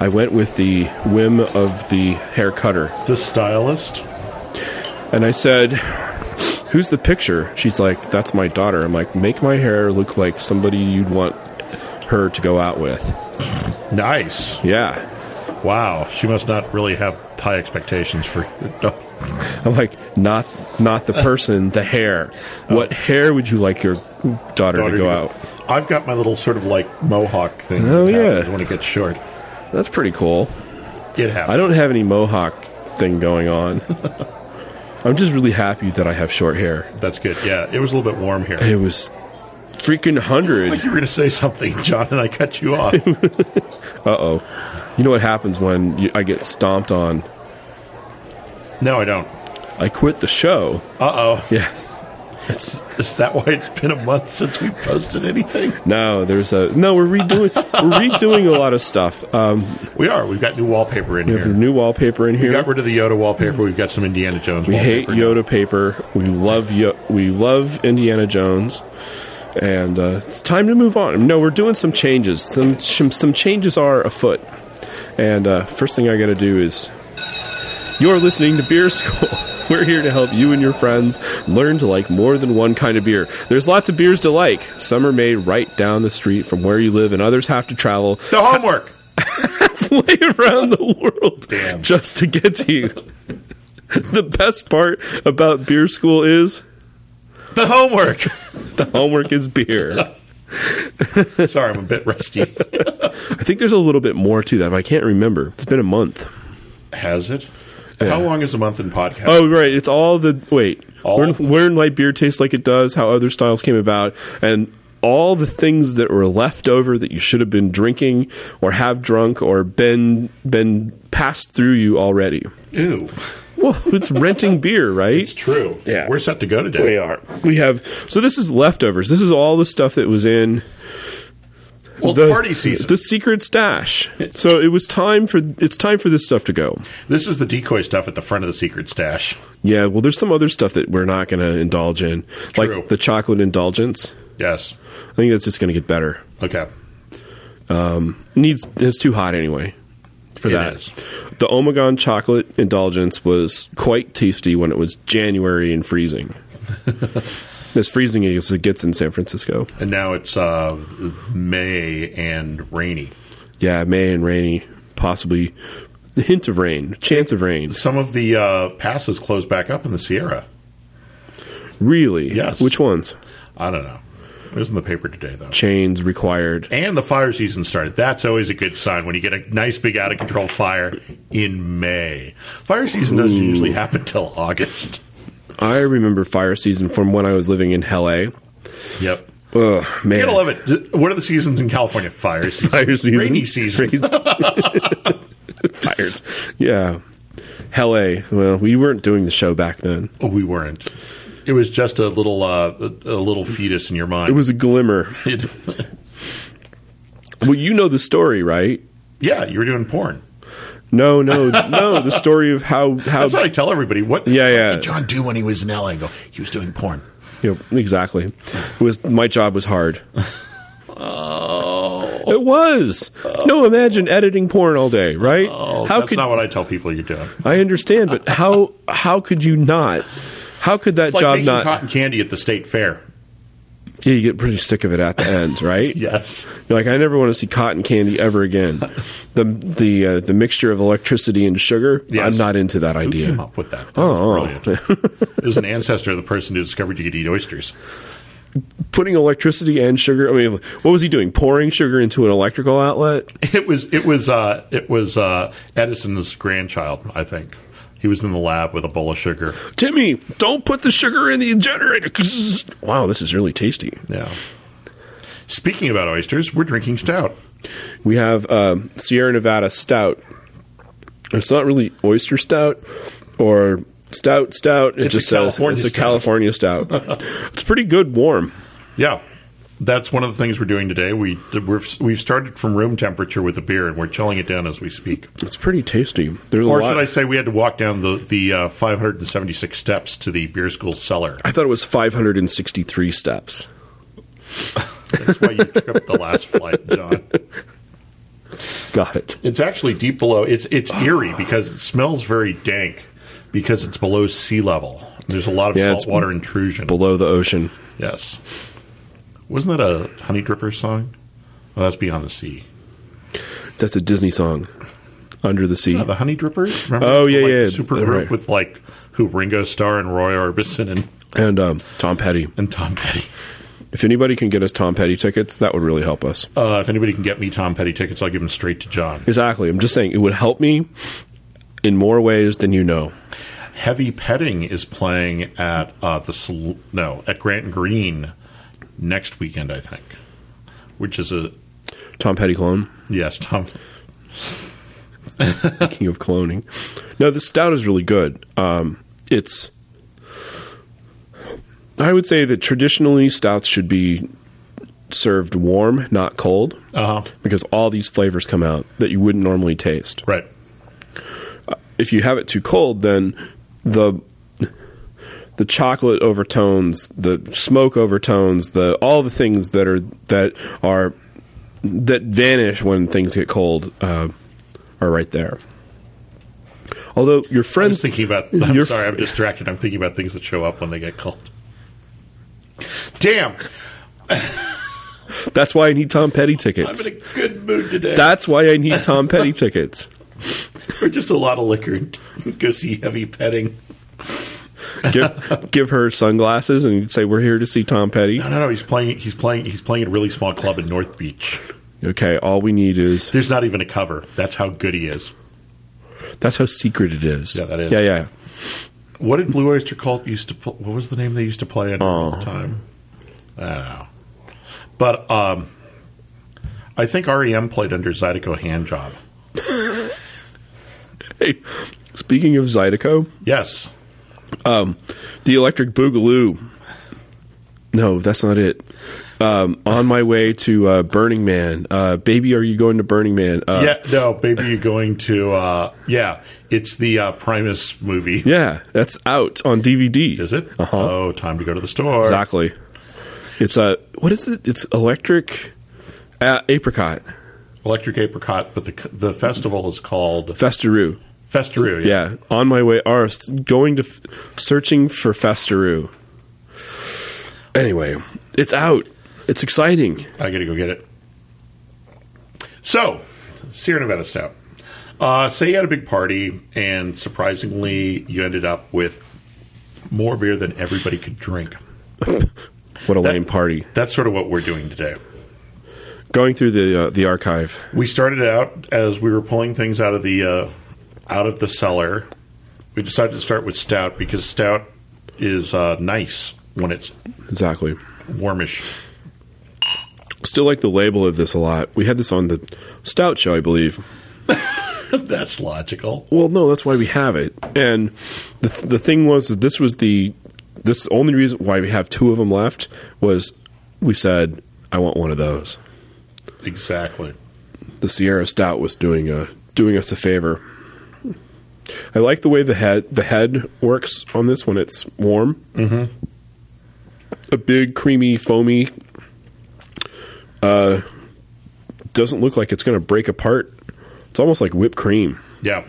I went with the whim of the hair cutter. The stylist. And I said, Who's the picture? She's like, That's my daughter. I'm like, Make my hair look like somebody you'd want her to go out with. Nice. Yeah. Wow. She must not really have high expectations for. I'm like, not not the person, the hair. What hair would you like your Oh. daughter, to Daughter go to- out? I've got my little sort of like mohawk thing. Oh, that yeah. happens When it gets short, That's pretty cool. it happens. I don't have any mohawk thing going on. I'm just really happy that I have short hair. That's good. Yeah, it was a little bit warm here. It was freaking Like 100. you were going to say something, John, and I cut you off. Uh-oh. You know what happens when you, I get stomped on? no, I don't. I quit the show. Uh oh. Yeah. Is, is that why it's been a month since we posted anything? No, there's a No, we're redoing we're redoing a lot of stuff. Um We are. We've got new wallpaper in we have here. new wallpaper in We here. got rid of the Yoda wallpaper. We've got some Indiana Jones. We hate wallpaper. Yoda paper. We love Yo- we love Indiana Jones, and uh, it's time to move on. No, we're doing some changes. Some some, some changes are afoot. And uh, first thing I got to do is you're listening to Beer School. We're here to help you and your friends learn to like more than one kind of beer. There's lots of beers to like. Some are made right down the street from where you live, and others have to travel The homework. halfway around the world Damn. just to get to you. the best part about beer school is The homework. the homework is beer. Sorry, I'm a bit rusty. I think there's a little bit more to that, but I can't remember. It's been a month. Has it? Yeah. How long is a month in podcast? Oh, right. It's all the. Wait. All? Where, where light beer tastes like it does, how other styles came about, and all the things that were left over that you should have been drinking or have drunk or been been passed through you already. Ew. Well, it's renting beer, right? It's true. Yeah. We're set to go today. We are. We have. So this is leftovers. This is all the stuff that was in Well, the party season. the secret stash. So it was time for it's time for this stuff to go. This is the decoy stuff at the front of the secret stash. Yeah. Well, there's some other stuff that we're not going to indulge in, True. like the chocolate indulgence. Yes. I think that's just going to get better. Okay. It needs it's too hot anyway. For It that, is. the Omegon chocolate indulgence was quite tasty when it was January and freezing. as freezing as it gets in San Francisco. And now it's uh, May and rainy. Yeah, May and rainy, possibly the hint of rain, chance of rain. Some of the uh, passes close back up in the Sierra. Really? Yes. Which ones? I don't know. It was in the paper today, though. Chains required. And the fire season started. That's always a good sign when you get a nice big out of control fire in May. Fire season doesn't usually happen till August. I remember fire season from when I was living in LA. Yep. Ugh, man. You gotta love it. What are the seasons in California? Fire season. Fire season. Rainy season. Fires. Yeah. LA. Well, we weren't doing the show back then. Oh, we weren't. It was just a little uh, a a little fetus in your mind. It was a glimmer. Well, you know the story, right? yeah, you were doing porn. No, no, no. The story of how how That's what I tell everybody. What? Uh, Yeah, what yeah. did John do when he was in LA? I go. He was doing porn. Yep, exactly. It was my job was hard. oh, it was. No, imagine editing porn all day, right? Oh, how that's could not what I tell people you're doing. I understand? But how how could you not? How could that It's like job making not? cotton candy at the state fair. Yeah, you get pretty sick of it at the end, right? Yes. You're like, I never want to see cotton candy ever again. the the uh, the mixture of electricity and sugar. Yes. I'm not into that Who came idea. up with that? That Oh, was brilliant. it was an ancestor of the person who discovered you could eat oysters. Putting electricity and sugar. I mean, what was he doing? Pouring sugar into an electrical outlet? It was it was uh, it was uh, Edison's grandchild, I think. He was in the lab with a bowl of sugar. Timmy, don't put the sugar in the generator. Wow, this is really tasty. Yeah. Speaking about oysters, we're drinking stout. We have um, Sierra Nevada Stout. It's not really oyster stout or stout stout. It a just says California it's a stout. California stout. it's pretty good warm. Yeah, that's one of the things we're doing today. We we've, we've started from room temperature with the beer, and we're chilling it down as we speak. It's pretty tasty. There's Or a lot. should I say, we had to walk down the the uh, 576 steps to the beer school cellar. I thought it was 563 steps. That's why you took up the last flight, John. Got it. It's actually deep below. It's it's eerie because it smells very dank because it's below sea level. There's a lot of Yeah, it's saltwater intrusion. Below the ocean. yes. Wasn't that a Honey Dripper song? Well, that's Beyond the Sea. That's a Disney song. Under the sea. Yeah, the Honey Drippers. Remember Oh, yeah, like, yeah, the super right. group with like who Ringo Starr and Roy Orbison and, And um, Tom Petty. and Tom Petty. If anybody can get us Tom Petty tickets, that would really help us. Uh, if anybody can get me Tom Petty tickets, I'll give them straight to John. Exactly. I'm just saying it would help me in more ways than you know. Heavy Petting is playing at uh, the Sal- no at Grant Green next weekend, I think, which is a Tom Petty clone. yes, Tom. King of cloning. No, the stout is really good. Um, it's. I would say that traditionally stouts should be served warm, not cold, Uh huh. because all these flavors come out that you wouldn't normally taste. Right. If you have it too cold, then the the chocolate overtones, the smoke overtones, the all the things that are that are that vanish when things get cold uh, are right there. Although your I'm friends just thinking about. I'm You're- sorry, I'm distracted. I'm thinking about things that show up when they get cold. Damn, That's why I need Tom Petty I'm tickets. in a good mood today. That's why I need Tom Petty tickets. or just a lot of liquor. Go see Heavy Petting. Give, give her sunglasses and you'd say we're here to see Tom Petty. No, no, no. He's playing. He's playing. He's playing at a really small club in North Beach. Okay, all we need is There's not even a cover. That's how good he is. that's how secret it is. Yeah, that is. Yeah, yeah. What did Blue Oyster Cult used to pl- what was the name they used to play in all Oh. the time? I don't know. But um, I think REM played under Zydeco Handjob. Hey, speaking of Zydeco, Yes. the Electric Boogaloo. No, that's not it. Um, on my way to uh, Burning Man, uh, baby, are you going to Burning Man? Uh, yeah, no, baby you're going to uh, yeah, it's the uh, Primus movie. yeah, that's out on DVD. Is it? Uh-huh. Oh, time to go to the store. Exactly. It's a what is it? It's Electric uh, Apricot Electric Apricot, but the the festival is called Festeroo. Festeroo. Yeah, on my way, or s- going to f- searching for Festeroo. Anyway, it's out. It's exciting. I gotta go get it. So, Sierra Nevada Stout. Uh, say you had a big party, and surprisingly, you ended up with more beer than everybody could drink. What a lame party. That's sort of what we're doing today. Going through the uh, the archive. We started out as we were pulling things out of the uh, out of the cellar. We decided to start with stout because stout is uh, nice when it's Exactly. warmish. Still like the label of this a lot. We had this on the Stout show, I believe. That's logical. Well, no, that's why we have it. And the th- the thing was, that this was the this only reason why we have two of them left was we said I want one of those. Exactly. The Sierra Stout was doing a doing us a favor. I like the way the head the head works on this when it's warm. Mm-hmm. A big creamy foamy. Uh, doesn't look like it's going to break apart. It's almost like whipped cream. Yeah.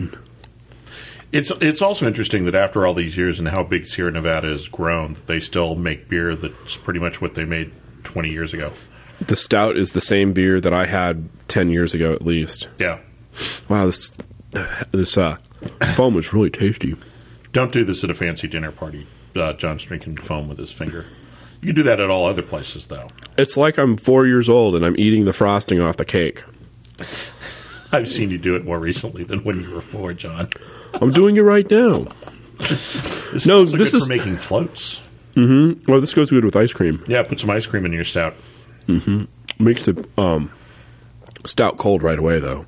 It's it's also interesting that after all these years and how big Sierra Nevada has grown, that they still make beer that's pretty much what they made 20 years ago. The stout is the same beer that I had ten years ago, at least. Yeah. Wow, this this uh, foam was really tasty. Don't do this at a fancy dinner party. Uh, John's drinking foam with his finger. You can do that at all other places, though. It's like I'm four years old and I'm eating the frosting off the cake. I've seen you do it more recently than when you were four, John. I'm doing it right now. This No, also this good is- for making floats. Well, this goes good with ice cream. Yeah, put some ice cream in your stout. Makes the um, stout cold right away, though.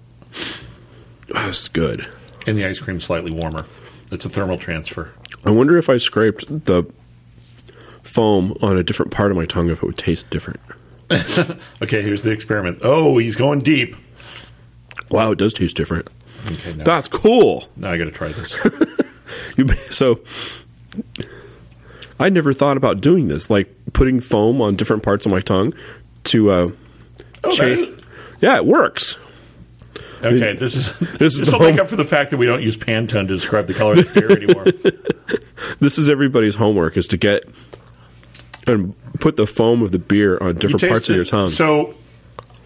Oh, this is good. And the ice cream slightly warmer. It's a thermal transfer. I wonder if I scraped the foam on a different part of my tongue if it would taste different. Okay, here's the experiment. Oh, he's going deep. Wow, it does taste different. Okay, now, That's cool. now I got to try this. You, so I never thought about doing this, like putting foam on different parts of my tongue to. Uh, Oh, cha- that is- yeah, it works. Okay, this is This this is is the will make home- up for the fact that we don't use Pantone to describe the color of the beer anymore. This is everybody's homework: is to get and put the foam of the beer on You different parts taste it- of your tongue. So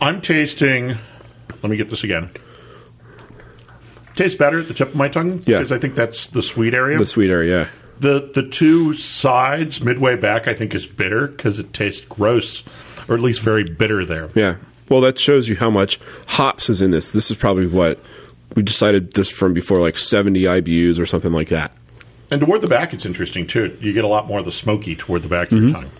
I'm tasting. Let me get this again. Tastes better at the tip of my tongue Yeah. because I think that's the sweet area. the sweeter, yeah. the the two sides midway back I think is bitter because it tastes gross or at least very bitter there. Yeah. Well, that shows you how much hops is in this. This is probably what we decided this from before, like 70 IBUs or something like that. And toward the back, it's interesting too. You get a lot more of the smoky toward the back of Mm-hmm. your tongue.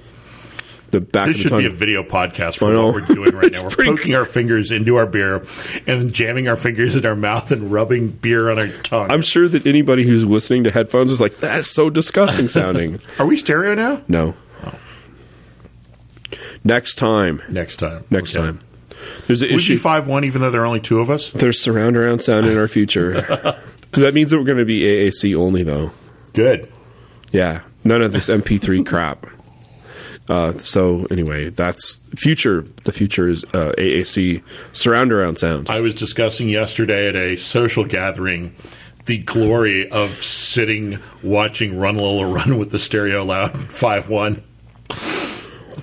The back This of the should tongue. be a video podcast I for know. what we're doing right It's now. We're pretty poking our fingers into our beer and jamming our fingers in our mouth and rubbing beer on our tongue. I'm sure that anybody who's listening to headphones is like, that's so disgusting sounding. Are we stereo now? no. Next time. Next time. Next Okay. time. There's an Would issue. be five one, even though there are only two of us. There's surround around sound in our future. that means that we're going to be AAC only, though. Good. Yeah, none of this MP3 crap. Uh, so anyway, that's future. The future is uh, AAC surround around sound. I was discussing yesterday at a social gathering the glory of sitting watching Run Lola Run with the stereo loud five one.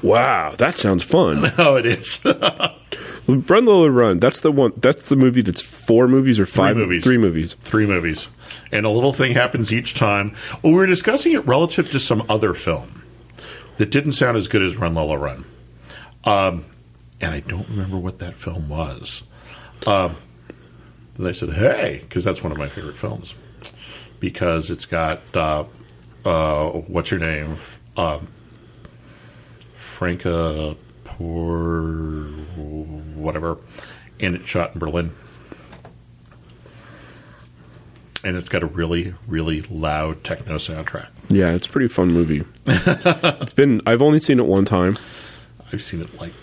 Wow, that sounds fun. Oh, it is. Run Lola Run. That's the one. That's the movie. That's four movies or five movies. Three movies. three movies, and a little thing happens each time. Well, we were discussing it relative to some other film that didn't sound as good as Run Lola Run, um, and I don't remember what that film was. Um, and I said, "Hey," because that's one of my favorite films because it's got uh, uh, what's her name, um, Franca Por whatever, and it's shot in Berlin and it's got a really, really loud techno soundtrack. Yeah, it's a pretty fun movie. it's been. I've only seen it one time. I've seen it like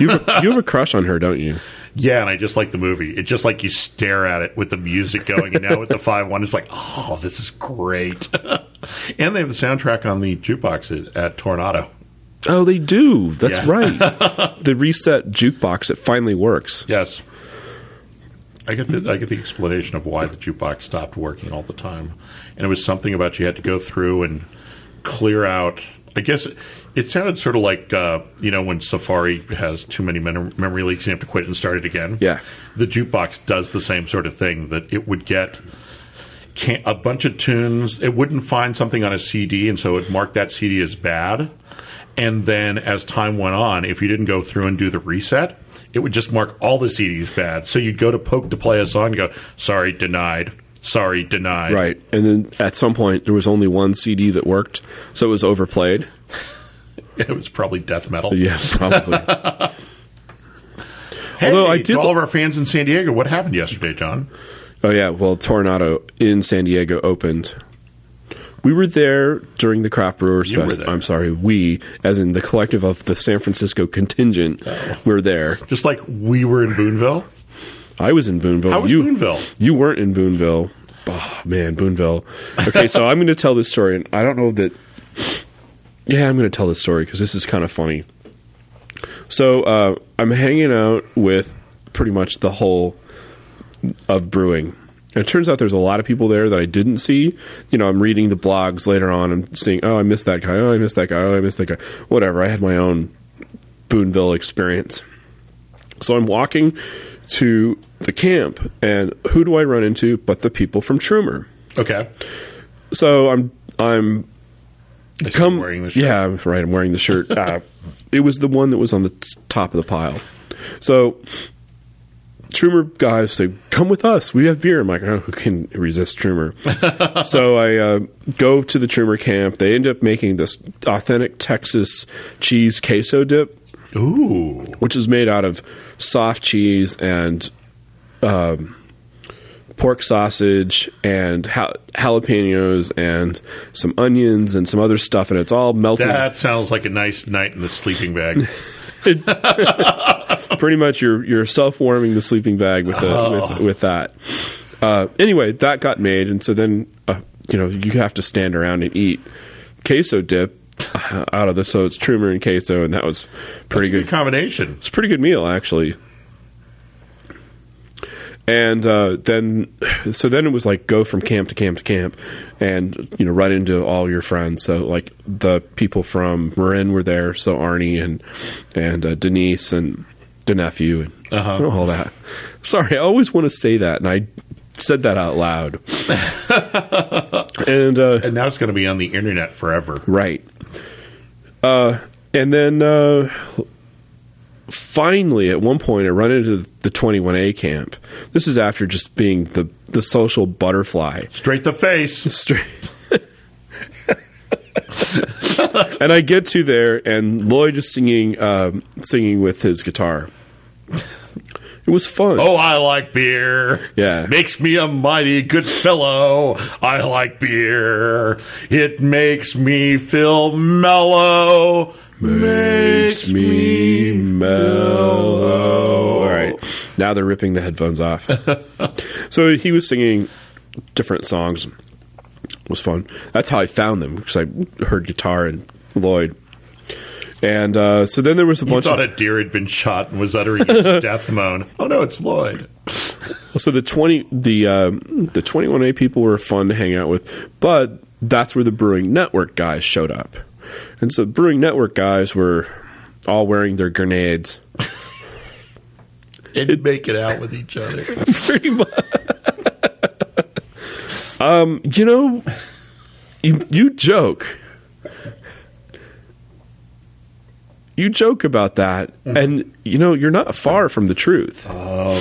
You have, a- you have a crush on her, don't you? yeah, and I just like the movie. It's just like you stare at it with the music going, and now with the five one, it's like, oh, this is great. and they have the soundtrack on the jukebox at, at Tornado. Oh, they do. That's Yes. right. the reset jukebox. It finally works. Yes. I get the I get the explanation of why the jukebox stopped working all the time, and it was something about you had to go through and clear out. I guess it, it sounded sort of like uh, you know when Safari has too many men- memory leaks and you have to quit and start it again. Yeah. the jukebox does the same sort of thing that it would get. Can, a bunch of tunes. It wouldn't find something on a CD, and so it marked that CD as bad. And then as time went on, if you didn't go through and do the reset, it would just mark all the CDs bad. So you'd go to poke to play a song and go, sorry, denied. Sorry, denied. Right. And then at some point, there was only one CD that worked, so it was overplayed. It was probably death metal. Yeah, probably. Hey, Although I to did- all of our fans in San Diego, what happened yesterday, John? oh, yeah. Well, Tornado in San Diego opened. We were there during the Craft Brewers You were Fest. there. I'm sorry, we, as in the collective of the San Francisco contingent, Oh. were there. Just like we were in Boonville. I was in Boonville. How was you, Boonville? You weren't in Boonville. Oh, man, Boonville. Okay, so I'm going to tell this story, and I don't know that. Yeah, I'm going to tell this story because this is kind of funny. So uh, I'm hanging out with pretty much the whole of brewing. And it turns out there's a lot of people there that I didn't see. You know, I'm reading the blogs later on. I'm seeing, oh, I missed that guy. Oh, I missed that guy. Oh, I missed that guy. Whatever. I had my own Boonville experience. So I'm walking to the camp, and who do I run into but the people from Trumer? Okay. So I'm I'm I see come you wearing this shirt. yeah I'm right I'm wearing the shirt. Uh, it was the one that was on the t- top of the pile. So Trumer guys say, "Come with us. We have beer." I'm like, "Oh, who can resist Trumer?" so I uh, go to the Trumer camp. They end up making this authentic Texas cheese queso dip Ooh. which is made out of soft cheese and um, pork sausage and ha- jalapenos and some onions and some other stuff, and it's all melted. That sounds like a nice night in the sleeping bag. Pretty much, you're you're self warming the sleeping bag with the, with, with that. Uh, anyway, that got made, and so then uh, you know you have to stand around and eat queso dip uh, out of this. So it's Trumer and queso, and that was pretty It's a good. good combination. It's a pretty good meal, actually. and uh, then so then it was like go from camp to camp to camp, and you know right into all your friends. So like the people from Marin were there, so Arnie and and uh, Denise and the nephew and all that. Sorry, I always want to say that, and I said that out loud. and uh, And now it's going to be on the internet forever. Right. Uh, and then uh, finally, at one point, I run into the 21A camp. This is after just being the, the social butterfly. Straight the face. Straight. and I get to there, and Lloyd is singing, um, singing with his guitar. It was fun. Oh, I like beer. Yeah. Makes me a mighty good fellow. I like beer. It makes me feel mellow. makes me mellow. All right. Now they're ripping the headphones off. so he was singing different songs. It was fun. That's how I found them because I heard guitar and Lloyd. And uh, so then there was a You bunch thought of. a deer had been shot and was uttering his death moan. Oh no, it's Lloyd. So the twenty the um, the twenty one A people were fun to hang out with, but that's where the Brewing Network guys showed up, and so Brewing Network guys were all wearing their grenades. And make it out with each other. pretty much. um, you know, you, you joke. You joke about that, Mm-hmm. and you know you're not far from the truth. Uh-huh.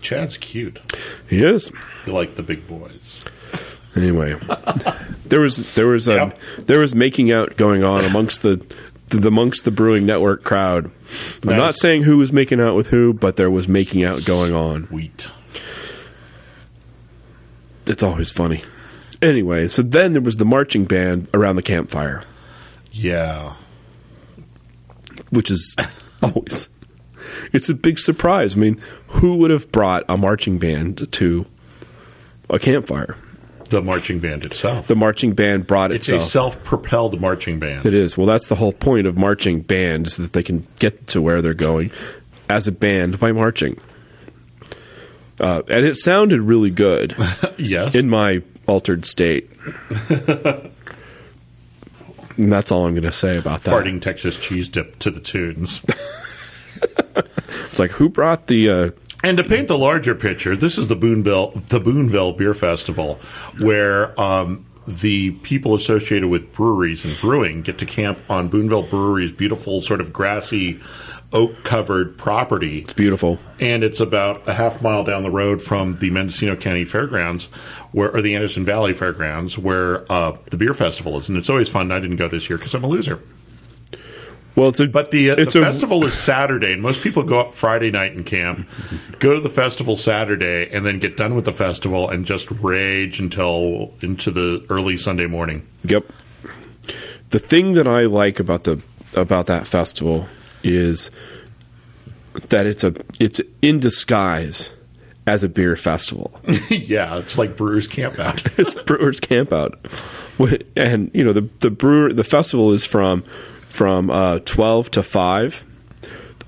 Chad's cute. He is. You like the big boys. Anyway, there was there was um, Yep. there was making out going on amongst the, the amongst the brewing network crowd. I'm not Nice. saying who was making out with who, but there was making out going on. Wheat. It's always funny. Anyway, so then there was the marching band around the campfire, Yeah. which is always it's a big surprise. I mean, who would have brought a marching band to a campfire? The marching band itself. The marching band brought It's itself. a self propelled marching band. it is. Well, that's the whole point of marching band is that they can get to where they're going as a band by marching. Uh, and it sounded really good Yes. in my altered state. and that's all I'm going to say about that. farting Texas cheese dip to the tunes. It's like who brought the uh, And to paint the larger picture, this is the Boonville, the Boonville Beer Festival, where um, the people associated with breweries and brewing get to camp on Boonville Brewery's beautiful, sort of grassy, oak covered property. it's beautiful. And it's about a half mile down the road from the Mendocino County Fairgrounds, where or the Anderson Valley Fairgrounds, where uh, the beer festival is. And it's always fun. I didn't go this year because I'm a loser. Well, it's a But the, uh, it's the a festival is Saturday, and most people go up Friday night and camp, go to the festival Saturday, and then get done with the festival and just rage until into the early Sunday morning. yep. The thing that I like about the about that festival is that it's a it's in disguise as a beer festival. yeah, it's like Brewers Camp Out. it's Brewers Camp Out, Wh- and you know the the brewer the festival is from from uh, twelve to five.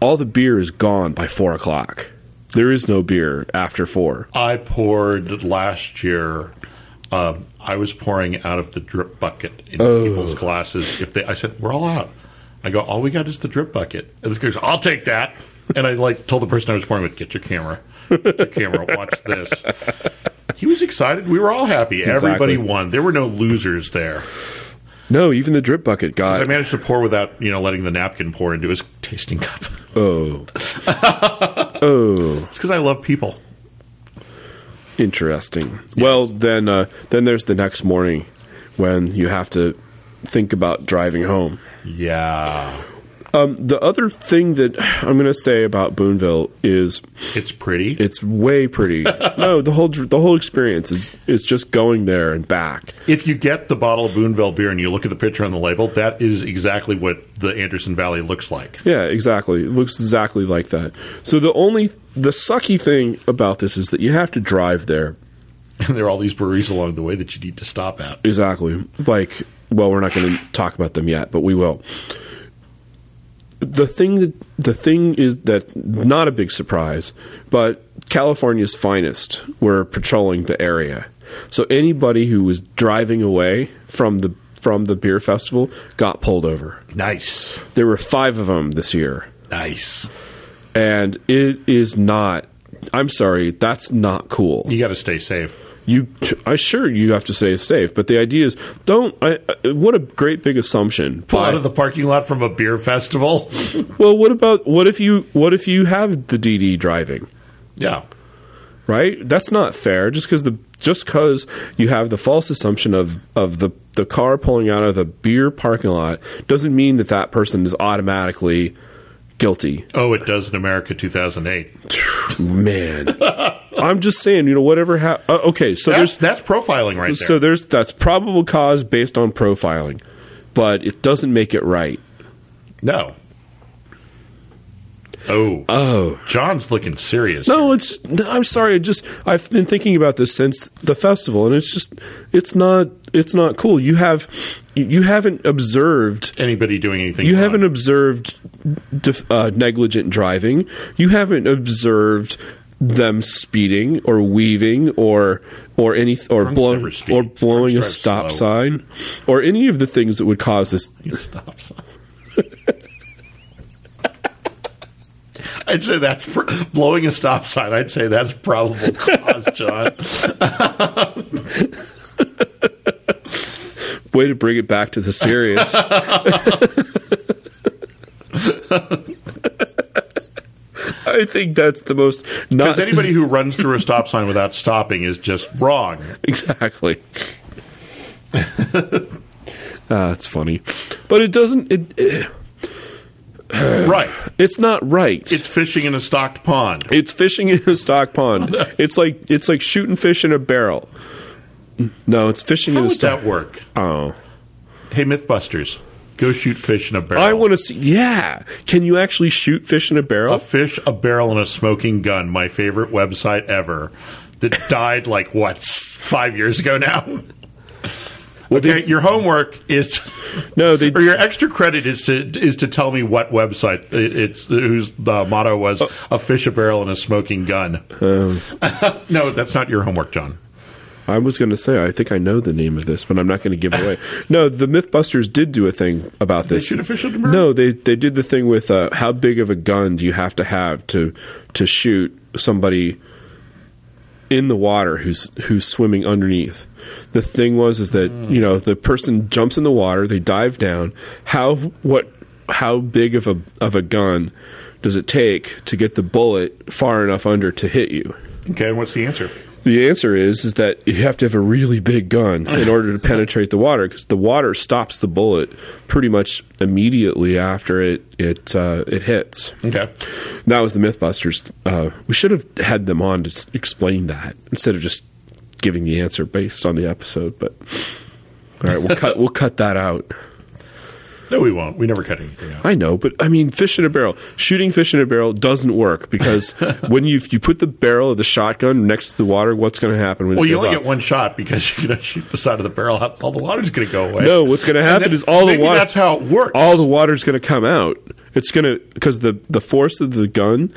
All the beer is gone by four o'clock. There is no beer after four. I poured last year. Um, I was pouring out of the drip bucket in people's glasses. If they, I said, "We're all out." I go, "All we got is the drip bucket." And this guy goes, "I'll take that." And I like told the person I was pouring with, "Get your camera, get your camera, watch this." He was excited. We were all happy. Exactly. Everybody won. There were no losers there. No, even the drip bucket got I managed to pour without you know letting the napkin pour into his tasting cup. oh It's because I love people. Interesting. Well, then uh, then there's the next morning when you have to think about driving home. Yeah, Um, the other thing that I'm going to say about Boonville is it's pretty. it's way pretty. no, the whole the whole experience is is just going there and back. If you get the bottle of Boonville beer and you look at the picture on the label, that is exactly what the Anderson Valley looks like. Yeah, exactly. It looks exactly like that. So the only the sucky thing about this is that you have to drive there. And there are all these breweries along the way that you need to stop at. Exactly. Like, well, we're not going to talk about them yet, but we will. the thing that the thing is that not a big surprise, but California's finest were patrolling the area. So anybody who was driving away from the from the beer festival got pulled over. Nice. There were 5 of them this year Nice. and it is not I'm sorry, that's not cool You got to stay safe. you i sure you have to stay safe but the idea is don't I, I- what a great big assumption Pull But- out of the parking lot from a beer festival. well what about what if you what if you have the dd driving yeah. right that's not fair just because the just because you have the false assumption of of the the car pulling out of the beer parking lot doesn't mean that that person is automatically guilty Oh, it does in America 2008. man i'm just saying you know whatever ha- uh, okay so there's That's, that's profiling right there. So there's that's probable cause based on profiling, but it doesn't make it right. no. Oh. Oh John's looking serious. no, it's no, I'm sorry. I just I've been thinking about this since the festival, and it's just it's not it's not cool. You have you haven't observed Anybody doing anything? You wrong. haven't observed def- uh, negligent driving. You haven't observed them speeding or weaving or or any or blowing never speed. or blowing a Drunks stop drive slow. sign or any of the things that would cause this Stop sign. I'd say that's pr- blowing a stop sign. I'd say that's probable cause, John. way to bring it back to the serious. I think that's the most not Because anybody who runs through a stop sign without stopping is just wrong. exactly. Ah, it's funny, but it doesn't. It, it Right. it's not right. It's fishing in a stocked pond. It's fishing in a stock pond. It's like it's like shooting fish in a barrel. No, it's fishing How in a would stock. that work? Oh, Hey, MythBusters, go shoot fish in a barrel. I want to see. Yeah, can you actually shoot fish in a barrel? a fish, a barrel, and a smoking gun. My favorite website ever. That died like what s- five years ago now. Okay, your homework is. no, they. or your extra credit is to is to tell me what website it, it's whose the motto was Oh. a fish a barrel and a smoking gun. Um. no, that's not your homework, John. I was going to say I think I know the name of this, but I'm not going to give it away. no, the MythBusters did do a thing about this. shoot a fish in a barrel? no, they they did the thing with uh, how big of a gun do you have to have to to shoot somebody in the water who's who's swimming underneath. The thing was is that you know the person jumps in the water, they dive down. How what how big of a of a gun does it take to get the bullet far enough under to hit you? Okay, and what's the answer? The answer is is that you have to have a really big gun in order to penetrate the water because the water stops the bullet pretty much immediately after it it uh, it hits. Okay, That was the MythBusters. Uh, we should have had them on to s- explain that instead of just giving the answer based on the episode. But all right, we'll cut we'll cut that out. no, we won't. We never cut anything out. I know, but I mean, fish in a barrel. Shooting fish in a barrel doesn't work because when you if you put the barrel of the shotgun next to the water, what's going to happen? When it Well, you goes only off? get one shot because you're gonna shoot the side of the barrel out. All the water's gonna go away. No, what's going to happen That- is all the maybe water That's how it works. all the water's going to come out. It's going to because the the force of the gun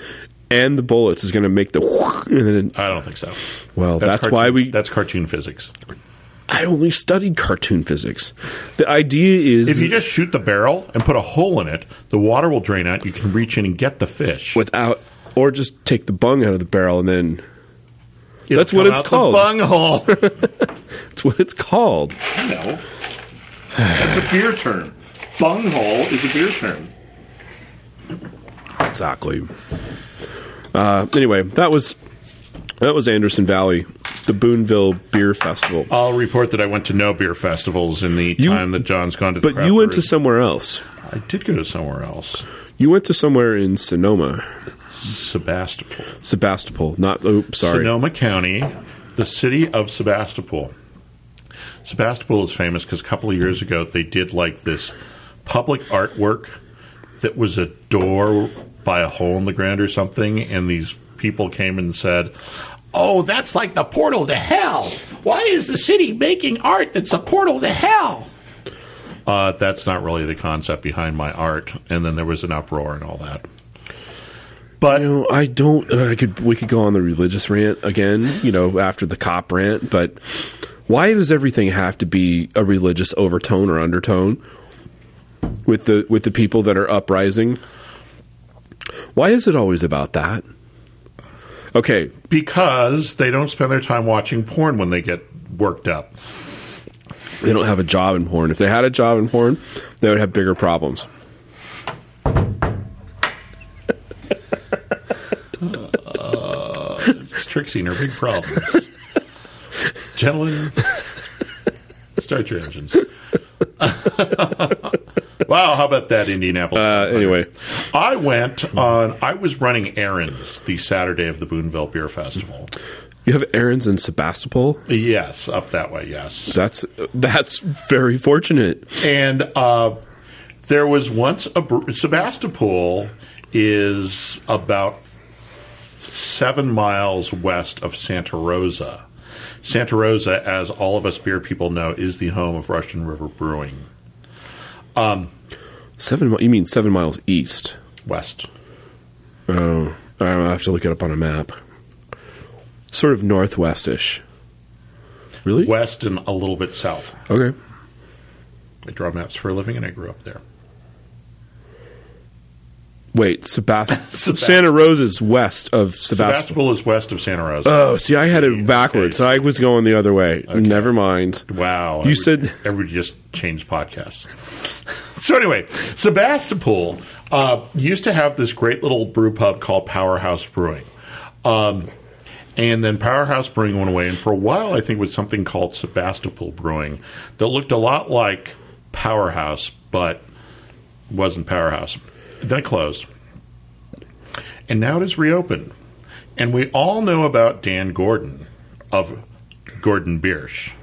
and the bullets is going to make the and then I don't think so. well that's, cartoon- why we That's cartoon physics. I only studied cartoon physics. The idea If you is just shoot the barrel and put a hole in it, the water will drain out. You can reach in and get the fish. without or just take the bung out of the barrel and then It'll that's what come it's out the called. bunghole. it's what it's called. No. That's a beer term. Bunghole is a beer term. Exactly. Uh, anyway, that was that was Anderson Valley, the Boonville Beer Festival. I'll report that I went to no beer festivals in the time that John's gone to the But you went to craft somewhere else. brewery. I did go to somewhere else. You went to somewhere in Sonoma, Sebastopol. Sebastopol. Not oh, sorry. Sonoma County, the city of Sebastopol. Sebastopol is famous because a couple of years ago they did like this public artwork that was a door by a hole in the ground or something, and these people came and said, Oh, that's like the portal to hell. Why is the city making art that's a portal to hell? uh, that's not really the concept behind my art. And then there was an uproar and all that. But You know, I don't. uh, I could. We could go on the religious rant again. You know, after the cop rant, but why does everything have to be a religious overtone or undertone with the with the people that are uprising? Why is it always about that? Okay, because they don't spend their time watching porn when they get worked up. they don't have a job in porn. If they had a job in porn, they would have bigger problems. It's Trixie and her big problems. Gentlemen, start your engines. wow, how about that, Indianapolis? Uh, anyway, I went on, I was running errands the Saturday of the Boonville Beer Festival. you have errands in Sebastopol. Yes, up that way, yes. That's that's very fortunate. And uh, there was once a bre- Sebastopol is about seven miles west of Santa Rosa. Santa Rosa, as all of us beer people know, is the home of Russian River Brewing Seven. mi- You mean seven miles east? West. Oh, I don't know, I have to look it up on a map. Sort of northwestish. Really? West and a little bit south. Okay. I draw maps for a living and I grew up there. Wait, Sebast- Sebast- Santa Rosa's west of Sebastopol. Sebastopol is west of Santa Rosa. Oh, see, I had it backwards. I was going the other way. Never mind. Wow. You said- everybody just changed podcasts. so anyway, Sebastopol uh, used to have this great little brew pub called Powerhouse Brewing. Um, and then Powerhouse Brewing went away, and for a while, I think it was something called Sebastopol Brewing that looked a lot like Powerhouse, but wasn't Powerhouse. Then it closed. And now it is reopened. And we all know about Dan Gordon of Gordon Biersch.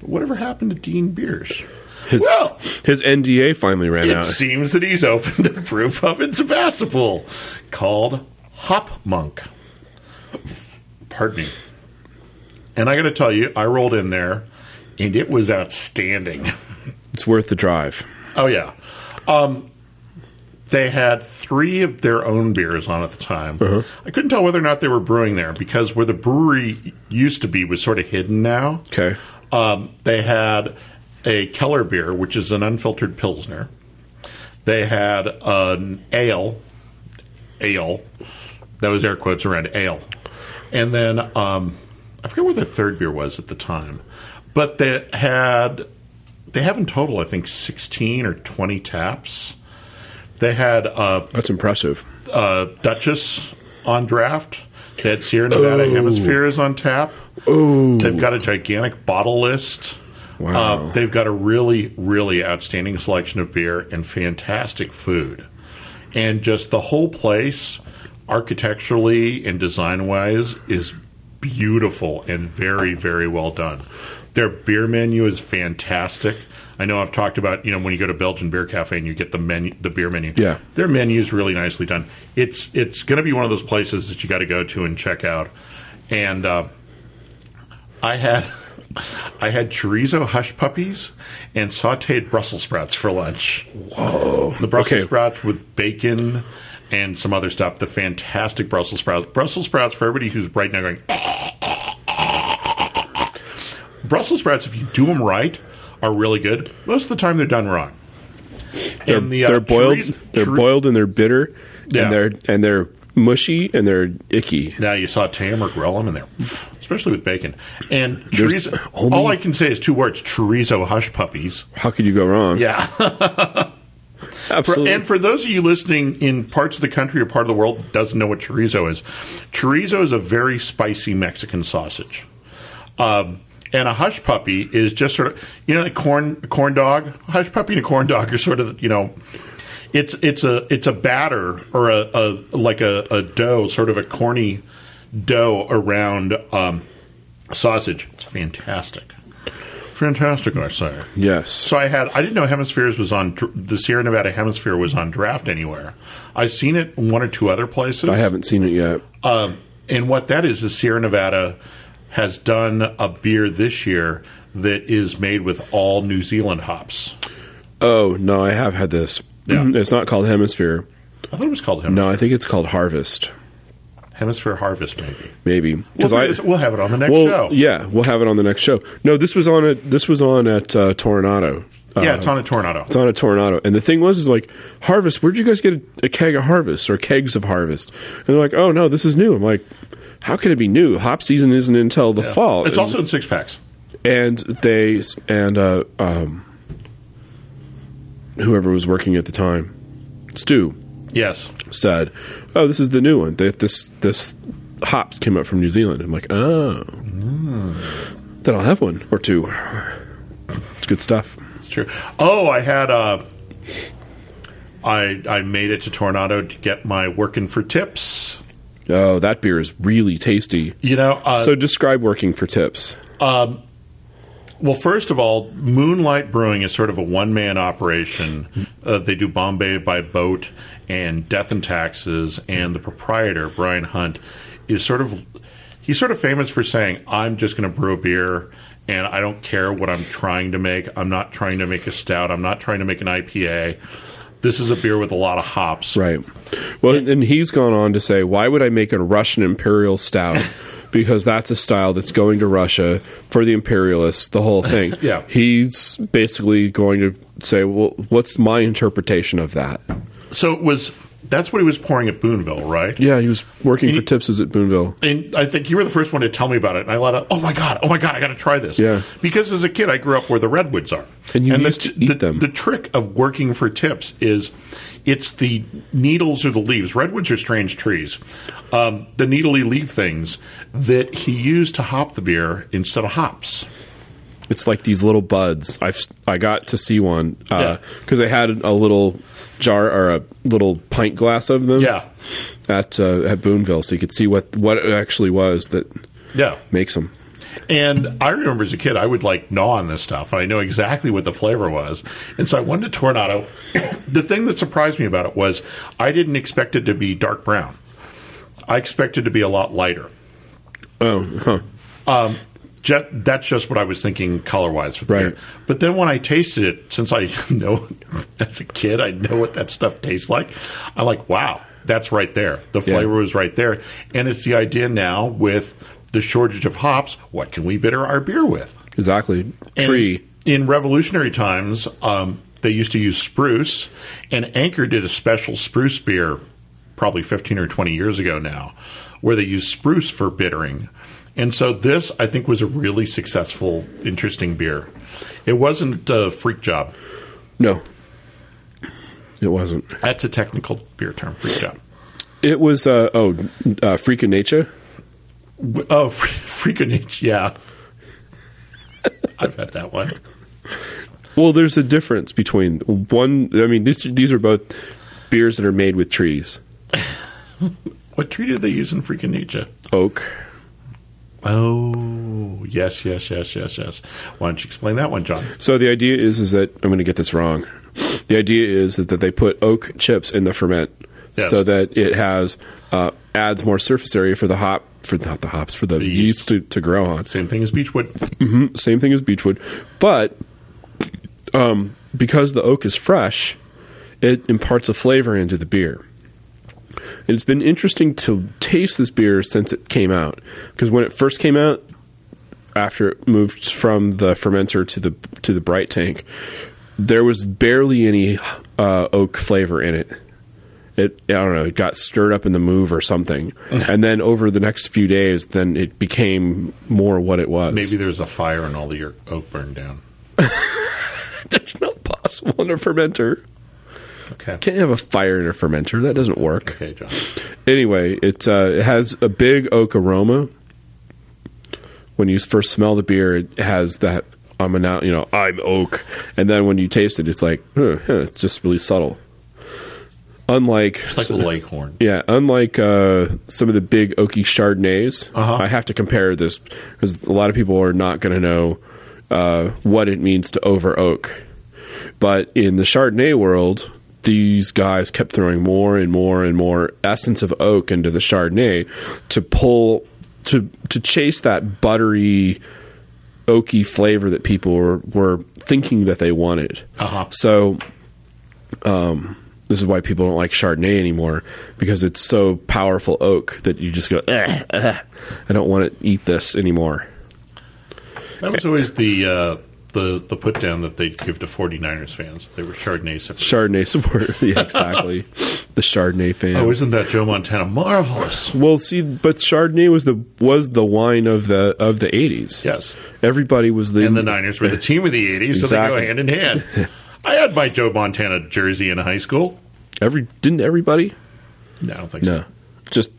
But whatever happened to Dean Biersch? His, Well, his NDA finally ran it out. seems that he's opened a brew pub in Sebastopol called Hop Monk. Pardon me. And I got to tell you, I rolled in there and it was outstanding. It's worth the drive. Oh yeah. Um, they had three of their own beers on at the time. I couldn't tell whether or not they were brewing there because where the brewery used to be was sort of hidden now. Okay. Um, they had a Keller beer, which is an unfiltered pilsner. They had an ale, ale. That was air quotes around ale, and then um, I forget what the third beer was at the time, but they had they have in total I think sixteen or twenty taps. They had uh, That's impressive. uh, Duchess on draft. They had Sierra Nevada Oh. Hemispheres on tap. They've got a gigantic bottle list. Wow. Uh, they've got a really, really outstanding selection of beer and fantastic food. And just the whole place, architecturally and design wise, is beautiful and very, very well done. Their beer menu is fantastic. I know I've talked about, you know, when you go to Belgian Beer Cafe and you get the menu, the beer menu. Yeah. Their menu is really nicely done. It's it's going to be one of those places that you got to go to and check out. And uh, I had I had chorizo hush puppies and sautéed Brussels sprouts for lunch. Whoa! The Brussels Okay. sprouts with bacon and some other stuff. The fantastic Brussels sprouts. Brussels sprouts for everybody who's right now going. Brussels sprouts, if you do them right, are really good. Most of the time, they're done wrong. They're, And the, uh, they're boiled. chorizo- they're chori- boiled and they're bitter. Yeah. And they're and they're mushy and they're icky. Now you saw Tam or grill them in there, especially with bacon and There's chorizo. only- All I can say is two words: chorizo hush puppies. How could you go wrong? Yeah. For, absolutely. and for those of you listening in parts of the country or part of the world that doesn't know what chorizo is, chorizo is a very spicy Mexican sausage. Um, and a hush puppy is just sort of you know a corn a corn dog. A hush puppy and a corn dog are sort of you know it's it's a it's a batter or a, a like a, a dough, sort of a corny dough around um, sausage. It's fantastic. Fantastic, I say. yes. So I had I didn't know Hemispheres was on dr- the Sierra Nevada Hemisphere was on draft anywhere. I've seen it in one or two other places. I haven't seen it yet. Um, and what that is is Sierra Nevada has done a beer this year that is made with all New Zealand hops. Oh no, I have had this. Mm-hmm. Yeah. it's not called Hemisphere. I thought it was called Hemis- No, I think it's called Harvest. Hemisphere Harvest, maybe. Maybe We'll, because I figure this- we'll have it on the next well, show. yeah, we'll have it on the next show. No, this was on it. This was on at uh, Tornado. Uh, Yeah, it's on a tornado. It's on a tornado. And the thing was, is like, Harvest, where'd you guys get a, a keg of Harvest or kegs of Harvest? And they're like, oh, no, this is new. I'm like, how could it be new? Hop season isn't until the fall. It's and, also in six packs. And they, and uh, um, whoever was working at the time, Stu, Yes. said, oh, this is the new one. That This, this hops came up from New Zealand. I'm like, oh. Then I'll have one or two. It's good stuff. It's true. Oh, I had uh, I I made it to Tornado to get my working for tips. Oh, that beer is really tasty. You know, uh, So describe working for tips. well, first of all, Moonlight Brewing is sort of a one man operation. Uh, they do Bombay by boat and Death and Taxes, and the proprietor Brian Hunt is sort of he's sort of famous for saying, "I'm just going to brew a beer." And I don't care what I'm trying to make. I'm not trying to make a stout. I'm not trying to make an IPA. This is a beer with a lot of hops. Right. Well, and he's gone on to say, why would I make a Russian imperial stout? Because that's a style that's going to Russia for the imperialists, the whole thing. Yeah. He's basically going to say, well, what's my interpretation of that? So it was that's what he was pouring at Boonville, right? Yeah, he was working for Any- tips was at Boonville. And I think you were the first one to tell me about it. And I let out, oh my god, oh my god, I got to try this. Yeah. Because as a kid, I grew up where the redwoods are, And you the, used to eat the, them. The trick of working for tips is, it's the needles or the leaves. Redwoods are strange trees. Um, the needly leaf things that he used to hop the beer instead of hops. It's like these little buds. I've I got to see one because they had a little jar or a little pint glass of them. Yeah. At uh, at Boonville, so you could see what what it actually was that Yeah. makes them. And I remember as a kid, I would like gnaw on this stuff, and I know exactly what the flavor was. And so I went to Tornado. the thing that surprised me about it was I didn't expect it to be dark brown. I expected it to be a lot lighter. Oh, huh. Ju- that's just what I was thinking color wise for the Right. beer. But then when I tasted it, since I know as a kid, I know what that stuff tastes like, I'm like, wow, that's right there. The flavor was right there. And it's the idea now with the shortage of hops, what can we bitter our beer with? Exactly. Tree. In revolutionary times, um, they used to use spruce, and Anchor did a special spruce beer probably 15 or 20 years ago now, where they used spruce for bittering. And so this, I think, was a really successful, interesting beer. It wasn't a freak job. No. It wasn't. That's a technical beer term, freak job. It was uh oh uh Freak of Nature. W- Oh, freak freakinage, yeah. I've had that one. Well, there's a difference between one I mean these these are both beers that are made with trees. What tree did they use in freaking Nietzsche? Oak. Oh, yes, yes, yes, yes, yes. Why don't you explain that one, John? So the idea is is that I'm going to get this wrong. The idea is that, that they put oak chips in the ferment Yes. so that it has uh, adds more surface area for the hop for not the hops for the, yeast yeast. to, to grow on. Same thing as Beechwood. same thing as beechwood, but um, because the oak is fresh, it imparts a flavor into the beer. And it's been interesting to taste this beer since it came out because when it first came out, after it moved from the fermenter to the to the bright tank, there was barely any uh, oak flavor in it it I don't know, it got stirred up in the move or something. and then over the next few days, then it became more what it was. Maybe there was a fire and all the year- oak burned down. that's not possible in a fermenter. Okay. Can't have a fire in a fermenter. That doesn't work. Okay, John. Anyway, it uh, it has a big oak aroma. When you first smell the beer, it has that I'm an you know I'm oak, and then when you taste it, it's like huh, huh, it's just really subtle. Unlike It's like a leghorn. Yeah, unlike uh, some of the big oaky Chardonnays, Uh-huh. I have to compare this because a lot of people are not going to know uh, what it means to over oak. But in the Chardonnay world, these guys kept throwing more and more and more essence of oak into the Chardonnay to pull to to chase that buttery oaky flavor that people were, were thinking that they wanted. Uh-huh. So, um, this is why people don't like Chardonnay anymore because it's so powerful oak that you just go, "Ugh, ugh, I don't want to eat this anymore. That was always the uh, the the put down that they'd give to 49ers fans. They were Chardonnay sippers. Chardonnay supporter, yeah, exactly. the Chardonnay fan. Oh, isn't that Joe Montana marvelous? well, see, but Chardonnay was the was the wine of the of the eighties. Yes. Everybody was the And the Niners were the team of the 80s, so they go Exactly. hand in hand. I had my Joe Montana jersey in high school. every didn't everybody? No, I don't think No, so. just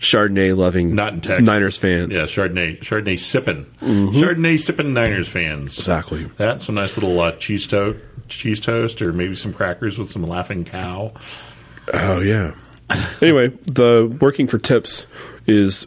Chardonnay loving Not in Texas. Niners fans. Mm-hmm. Yeah, Chardonnay, Chardonnay sipping, Chardonnay sipping Niners fans. exactly. That some nice little uh, cheese toast, cheese toast, or maybe some crackers with some laughing cow. Oh yeah. anyway, the working for tips is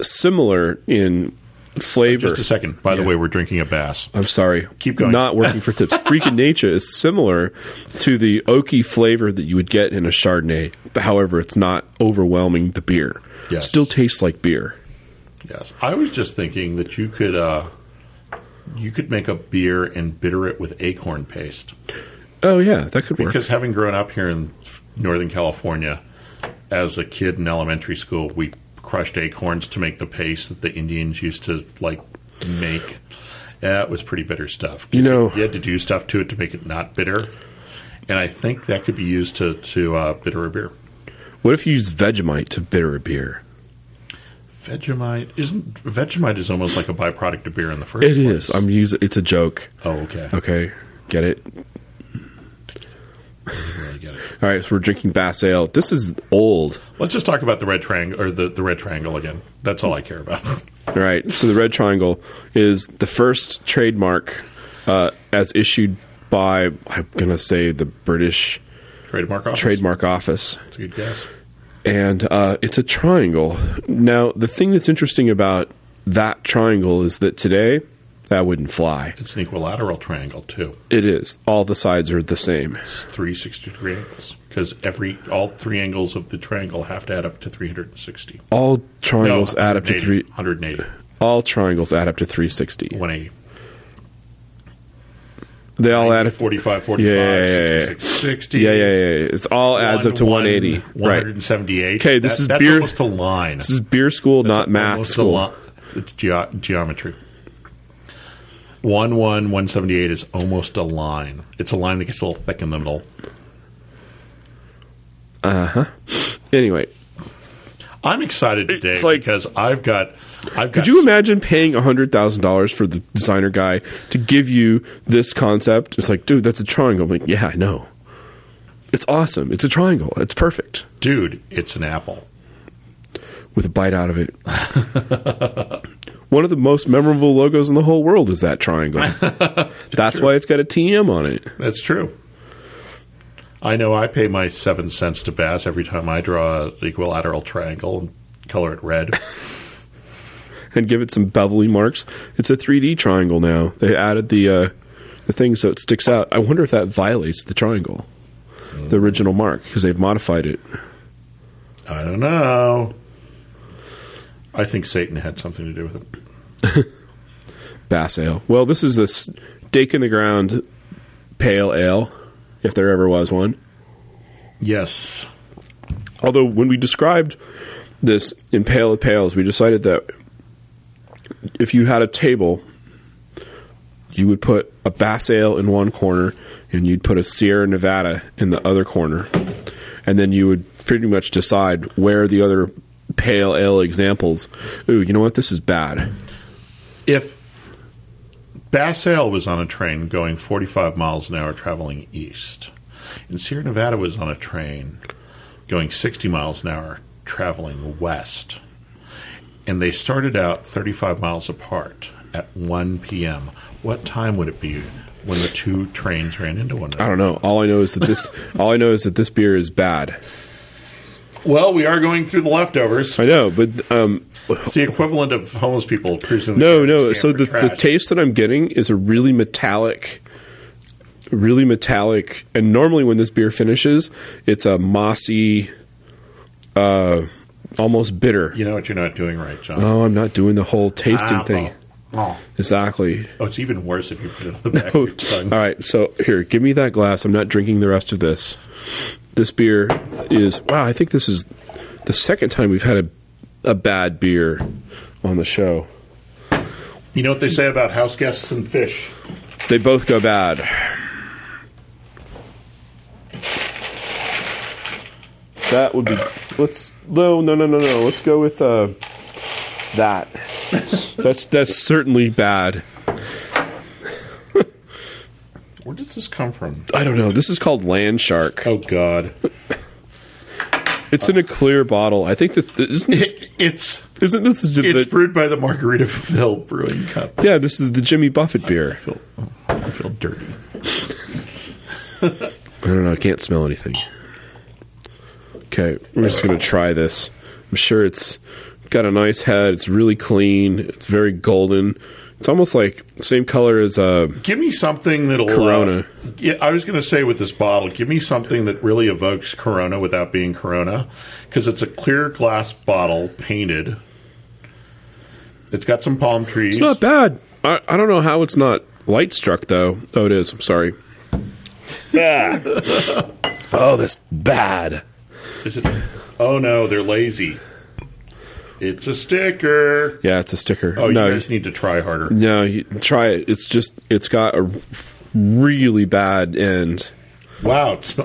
similar in flavor. Just a second. By the Yeah. way, we're drinking a bass. I'm sorry. Keep going. Not working for tips. Freakin' nature is similar to the oaky flavor that you would get in a Chardonnay. However, it's not overwhelming the beer. Yes. Still tastes like beer. Yes, I was just thinking that you could uh, you could make a beer and bitter it with acorn paste Oh yeah, that could work. because having grown up here in f- Northern California as a kid in elementary school, we crushed acorns to make the paste that the Indians used to like make. That was pretty bitter stuff. You know- you had to do stuff to it to make it not bitter, and I think that could be used to to uh, bitter a beer. What if you use Vegemite to bitter a beer? Vegemite isn't Vegemite is almost like a byproduct of beer in the first. It place. is. I'm using. It's a joke. Oh, okay. Okay, get it. Really get it. All right, so we're drinking Bass Ale. This is old. Let's just talk about the red triangle or the, the red triangle again. That's all I care about. All right, so the Red Triangle is the first trademark uh, as issued by I'm gonna say the British Trademark office. Trademark Office. That's a good guess. and uh, it's a triangle. Now, the thing that's interesting about that triangle is that today that wouldn't fly. It's an equilateral triangle too. It is all the sides are the same. It's three sixty degree angles because every all three angles of the triangle have to add up to three hundred and sixty. All triangles add up to three. 180, All triangles add up to three sixty. 180. They all add up. 45, 45, Yeah, yeah, yeah, yeah. 60, 60. Yeah, yeah, yeah. yeah. It's all adds up to one eighty. Right. 178. Okay, this is is beer- almost a line. This is beer school, not math Almost a school. li- It's geo- geometry. One one one seventy eight is almost a line. It's a line that gets a little thick in the middle. Anyway, I'm excited today It's like- because I've got. I've could you imagine paying hundred thousand dollars for the designer guy to give you this concept? It's like, dude, that's a triangle. I'm like, yeah, I know. It's awesome. It's a triangle. It's perfect. dude? It's an apple. with a bite out of it. One of the most memorable logos in the whole world is that triangle. That's why it's got a TM on it. That's true. I know. I pay my seven cents to Bass every time I draw an equilateral triangle and color it red. And give it some bevelly marks. It's a 3D triangle now. They added the uh, the thing so it sticks out. I wonder if that violates the triangle, the original mark, because they've modified it. I don't know. I think Satan had something to do with it. Bass ale. Well, this is this stake in the ground pale ale, if there ever was one. Yes. Although when we described this in Pale of Pales, we decided that if you had a table, you would put a Bass Ale in one corner, and you'd put a Sierra Nevada in the other corner, and then you would pretty much decide where the other Pale Ale examples. Ooh, you know what? This is bad. if Bass Ale was on a train going 45 miles an hour traveling east, and Sierra Nevada was on a train going 60 miles an hour traveling west, and they started out 35 miles apart at 1 p.m., what time would it be when the two trains ran into one I another? don't know. All I know is that this. all I know is that this beer is bad. Well, we are going through the leftovers. I know, but um, It's the equivalent of homeless people cruising. No, no. So the, Stanford the trash. taste that I'm getting is a really metallic, really metallic. And normally when this beer finishes, it's a mossy, uh, almost bitter. You know what you're not doing right, John. Oh, I'm not doing the whole tasting Apple. thing. Oh, Exactly. oh, it's even worse if you put it on the back Oh, of your tongue. All right, so here, give me that glass. I'm not drinking the rest of this. This beer is wow. I think this is the second time we've had a a bad beer on the show. You know what they say about house guests and fish? They both go bad. That would be. Let's no no no no no. Let's go with uh, that. That's that's certainly bad. Where does this come from? I don't know. This is called Land Shark. Oh God! It's in a clear bottle. I think that isn't this, it's isn't this the, it's the- brewed by the Margaritaville Brewing Cup. yeah? This is the Jimmy Buffett I beer. feel I feel dirty. I don't know. I can't smell anything. Okay, we're just gonna try this. I'm sure it's got a nice head. It's really clean. It's very golden. It's almost like same color as uh Give me something that'll uh, Corona. yeah, I was going to say with this bottle, give me something that really evokes Corona without being Corona, because it's a clear glass bottle painted. It's got some palm trees. It's not bad. I, I don't know how it's not light struck though. Oh, it is. I'm sorry. Ah. oh, that's bad. Is it? Oh no, they're lazy. It's a sticker. Yeah, it's a sticker. Oh, no, you guys need to try harder. no, you, try it. It's just it's got a really bad end. Wow, it sm-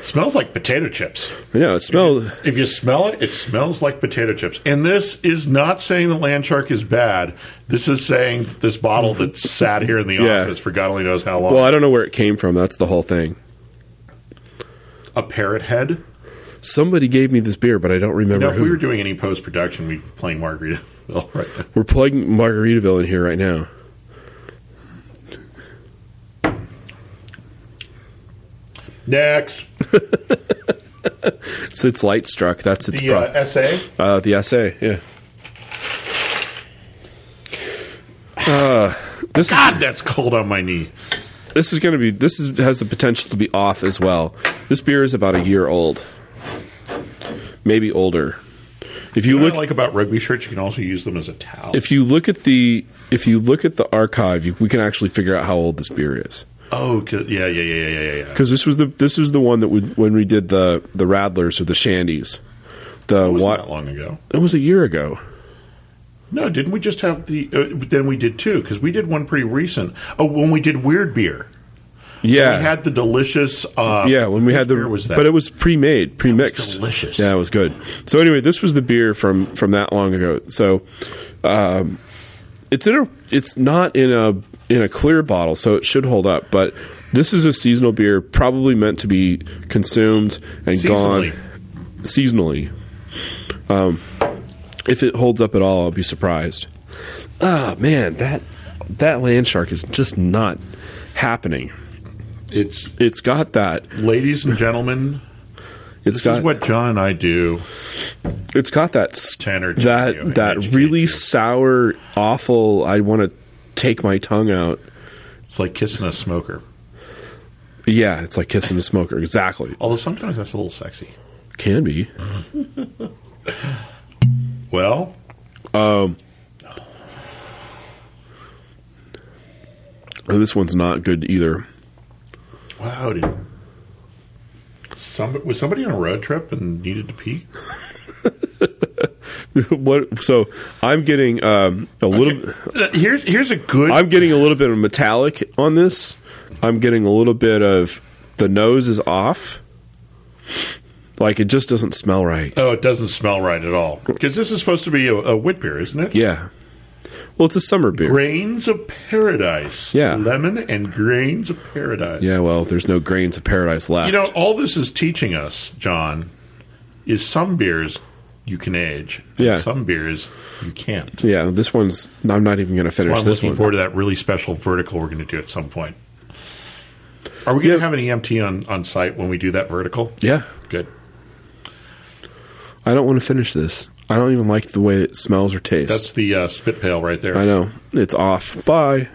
smells like potato chips. No, it smells. If you smell it, it smells like potato chips. And this is not saying that land shark is bad. This is saying that this bottle that sat here in the Yeah. office for God only knows how long. Well, I don't know where it came from. That's the whole thing. a parrot head. Somebody gave me this beer, but I don't remember Now, if who. we We were doing any post production, we'd be playing Margaritaville right now. are plugging Margaritaville in here right now. Next, It's, it's light struck. That's its the pro- uh, essay. Uh, the essay, yeah. Uh, this is, God, that's cold on my knee. this is going to be this is, has the potential to be off as well. This beer is about a year old, maybe older. If you What I look, like about rugby shirts, you can also use them as a towel. if you look at the if you look at the archive, you, we can actually figure out how old this beer is oh, 'cause- yeah, yeah, yeah, yeah, yeah, yeah. because this was the this was the one that we, when we did the the Radlers or the Shandies, the It wasn't what that long ago. it was a year ago. No, didn't we just have the? Uh, then we did two because we did one pretty recent. Oh, when we did weird beer, Yeah, we had the delicious. Uh, Yeah, when we had the beer was that? but it was pre-made, pre-mixed. delicious. Yeah, it was good. So anyway, this was the beer from from that long ago. So um, it's in a it's not in a in a clear bottle, so it should hold up, but this is a seasonal beer probably meant to be consumed and Seasonally. gone seasonally. Um, if it holds up at all, I'll be surprised. Ah, man, that that land shark is just not happening. It's It's got that. ladies and gentlemen. It's This got is what John and I do. it's got that s- Tanner, to you that and that educate really you. sour, awful. I want to take my tongue out. It's like kissing a smoker. Yeah, it's like kissing a smoker. Exactly, Although sometimes that's a little sexy. can be. Well, Oh, this one's not good either. wow, did some was somebody on a road trip and needed to pee? what? So I'm getting um, a little. Uh, Here's here's a good. I'm getting a little bit of metallic on this. I'm getting a little bit of the nose is off. Like it just doesn't smell right. oh, it doesn't smell right at all because this is supposed to be a, a wit beer, isn't it? Yeah. Well, it's a summer beer. Grains of Paradise. Yeah. Lemon and Grains of Paradise. Yeah. Well, there's no grains of paradise left. You know, all this is teaching us, John, is some beers you can age. and Yeah. Some beers you can't. Yeah, this one's. I'm not even going to finish Well, I'm this looking one. forward to that really special vertical we're going to do at some point. Are we going to have an EMT on, on site when we do that vertical? yeah, Good. I don't want to finish this. I don't even like the way it smells or tastes. That's the uh, spit pail right there. I know it's off. Bye.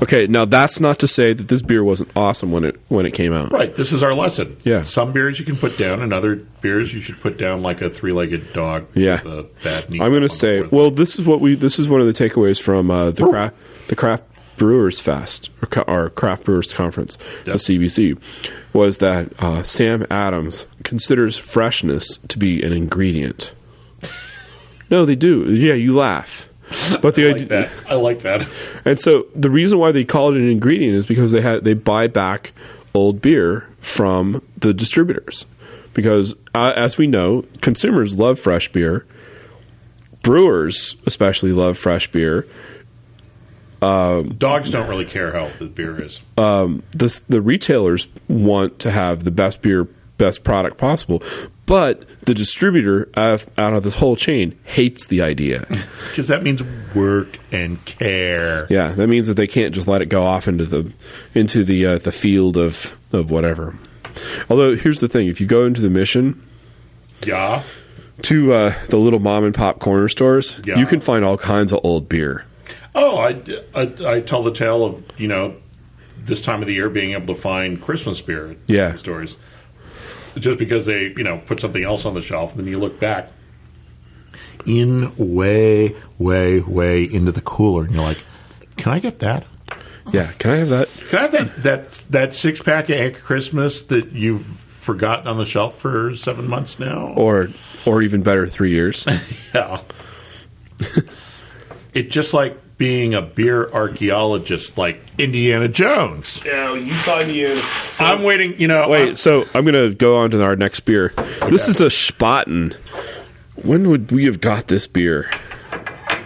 Okay, now that's not to say that this beer wasn't awesome when it when it came out. Right. This is our lesson. Yeah. Some beers you can put down, and other beers you should put down like a three-legged dog. Yeah. With a bad knee I'm going on the to say, fourth. well, this is what we this is one of the takeaways from uh, the craft the craft brewers fest or, co- or craft brewers conference, Yep. the CBC, was that uh, Sam Adams considers freshness to be an ingredient. no, they do. Yeah, you laugh, but the I idea, like that. I like that. and so the reason why they call it an ingredient is because they had they buy back old beer from the distributors because uh, as we know, consumers love fresh beer. Brewers especially love fresh beer. Dogs don't really care how old the beer is. The the retailers want to have the best beer, best product possible, but the distributor out out of this whole chain hates the idea. Because that means work and care. yeah, that means that they can't just let it go off into the into the uh, the field of of whatever. Although here's the thing: if you go into the mission Yeah. to uh, the little mom and pop corner stores, Yeah. you can find all kinds of old beer. Oh, I, I, I tell the tale of, you know, this time of the year being able to find Christmas beer at Yeah. some stores. Just because they, you know, put something else on the shelf, and then you look back. In way, way, way into the cooler, and you're like, can I get that? Yeah, can I have that? Can I have that, that, that six pack at Christmas that you've forgotten on the shelf for seven months now? Or or even better, three years. Yeah. it's just like being a beer archaeologist, like Indiana Jones. yeah, you find you. I'm waiting, you know. Wait, so I'm gonna go on to our next beer. This is a Spaten. When would we have got this beer? I'm-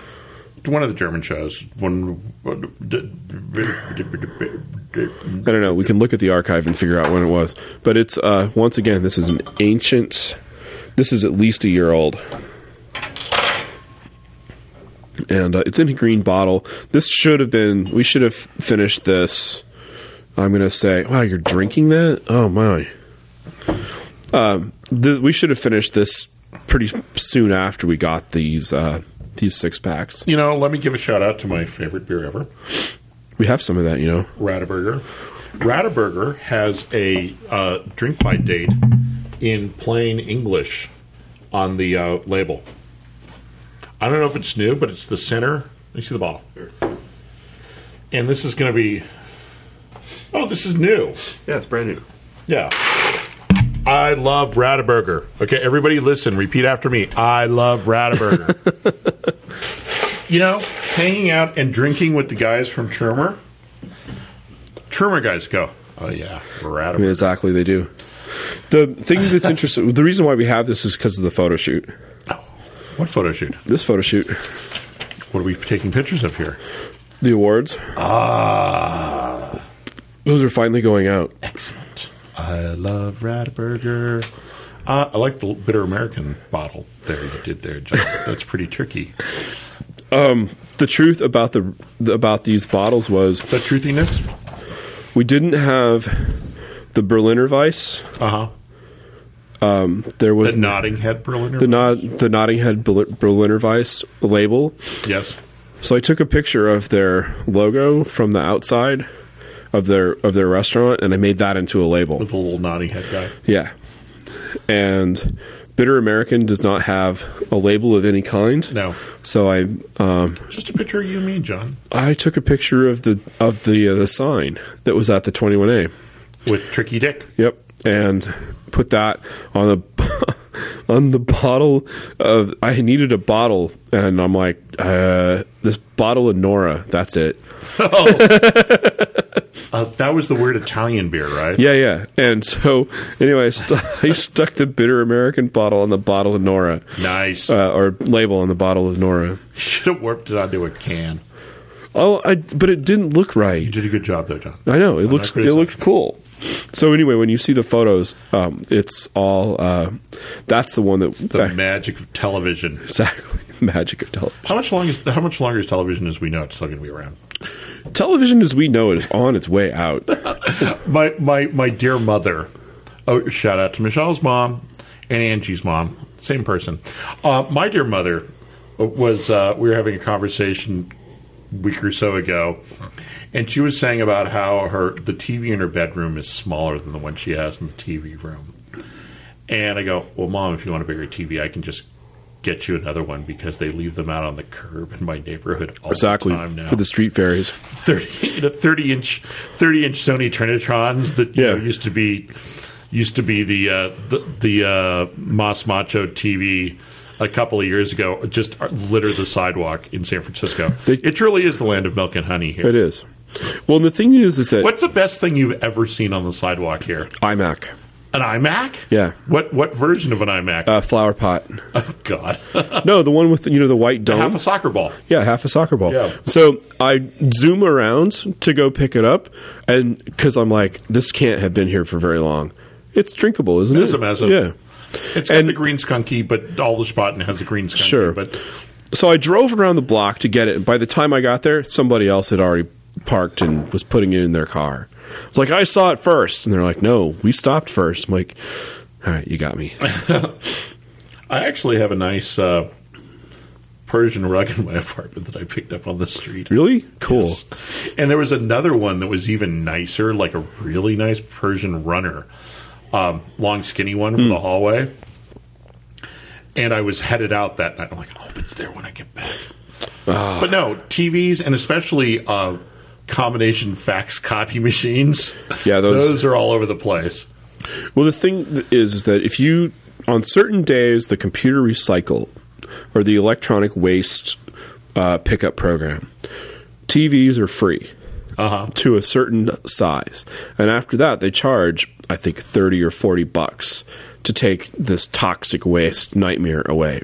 one of the German shows. One. I don't know. We can look at the archive and figure out when it was. But it's uh, once again, this is an ancient. This is at least a year old, and uh, it's in a green bottle. This should have been. We should have finished this. I'm gonna say, wow, you're drinking that? Oh my. Um, th- we should have finished this pretty soon after we got these uh, these six packs. You know, let me give a shout out to my favorite beer ever, We have some of that, you know. Rataburger. Rataburger has a uh, drink by date in plain English on the uh, label. I don't know if it's new, but it's the center. Let me see the bottle. And this is going to be. Oh, this is new. Yeah, it's brand new. Yeah. I love Rataburger. Okay, everybody listen, repeat after me. I love Rataburger. you know, hanging out and drinking with the guys from Trimmer. Trimmer guys go, oh yeah, I mean, Rataburger. exactly, they do. The thing that's interesting, the reason why we have this is because of the photo shoot. Oh, What photo shoot? This photo shoot, What are we taking pictures of here? the awards, Ah, those are finally going out. excellent. I love Rataburger. Uh, I like the bitter American bottle there you did there, John. That's pretty tricky. The truth about the about these bottles was The truthiness? we didn't have the Berliner Weiss. Uh huh. There was The nodding head Berliner. the not the Notting Head Berl- Berliner Weiss label. Yes. So I took a picture of their logo from the outside of their of their restaurant, and I made that into a label. With the little nodding head guy. Yeah. And Bitter American does not have a label of any kind. No. So I um, Just a picture of you and me, John. I took a picture of the of the uh, the sign that was at the 21A. With Tricky Dick. Yep. And put that on the on the bottle of I needed a bottle and I'm like uh, this bottle of Nora, that's it. Uh, that was the weird Italian beer, right? Yeah, yeah. And so anyway, I, stu I stuck the Bitter American bottle on the bottle of Nora. Nice. Uh, or label on the bottle of Nora. Should have warped it onto a can. Oh, I, but it didn't look You right. did a good job, though, John. I know it looks it criticizing. looks cool. So anyway, when you see the photos, um, it's all uh, that's the one that The magic of television. exactly magic of television. How much long is how much longer is television as we know it's still going to be around? Television as we know it is on its way out. My my my dear mother. Oh, shout out to Michelle's mom and Angie's mom, same person. Uh, my dear mother was. Uh, we were having a conversation week or so ago, and she was saying about how her the TV in her bedroom is smaller than the one she has in the TV room. And I go, well, mom, if you want a bigger TV, I can just get you another one because they leave them out on the curb in my neighborhood all Exactly. the time now. For the street fairies. 30, you know, 30 inch 30 inch Sony Trinitrons that you Yeah. know, used to be used to be the uh, the, the uh, Mas Macho TV a couple of years ago just litter the sidewalk in San Francisco. They- it truly is the land of milk and honey here. It is. Well, and the thing is, is that What's the best thing you've ever seen on the sidewalk here? iMac, An iMac? Yeah. What what version of an iMac? uh, flower pot. oh God, No, the one with you know the white dome. half a soccer ball. Yeah, half a soccer ball. Yeah. So I zoom around to go pick it up, and because I'm like, this can't have been here for very long. It's drinkable, isn't it? is a mess. Yeah. It's got And- the green skunky, but all the spot has the green skunky. Sure. but So I drove around the block to get it, and by the time I got there, somebody else had already parked and was putting it in their car. I was like, I saw it first, and they're like, No, we stopped first. I'm like, All right, you got me. I actually have a nice uh, Persian rug in my apartment that I picked up on the street. really cool. Yes. And there was another one that was even nicer, like a really nice Persian runner, um, long, skinny one Hmm. from the hallway. And I was headed out that night. I'm like, I hope it's there when I get back. Ah. But no, TVs and especially uh, combination fax copy machines. Yeah, those- those are all over the place. Well, the thing th- is, is that if you on certain days the computer recycle or the electronic waste uh, pickup program, TVs are free to a certain size, and after that they charge I think thirty or forty bucks to take this toxic waste nightmare away.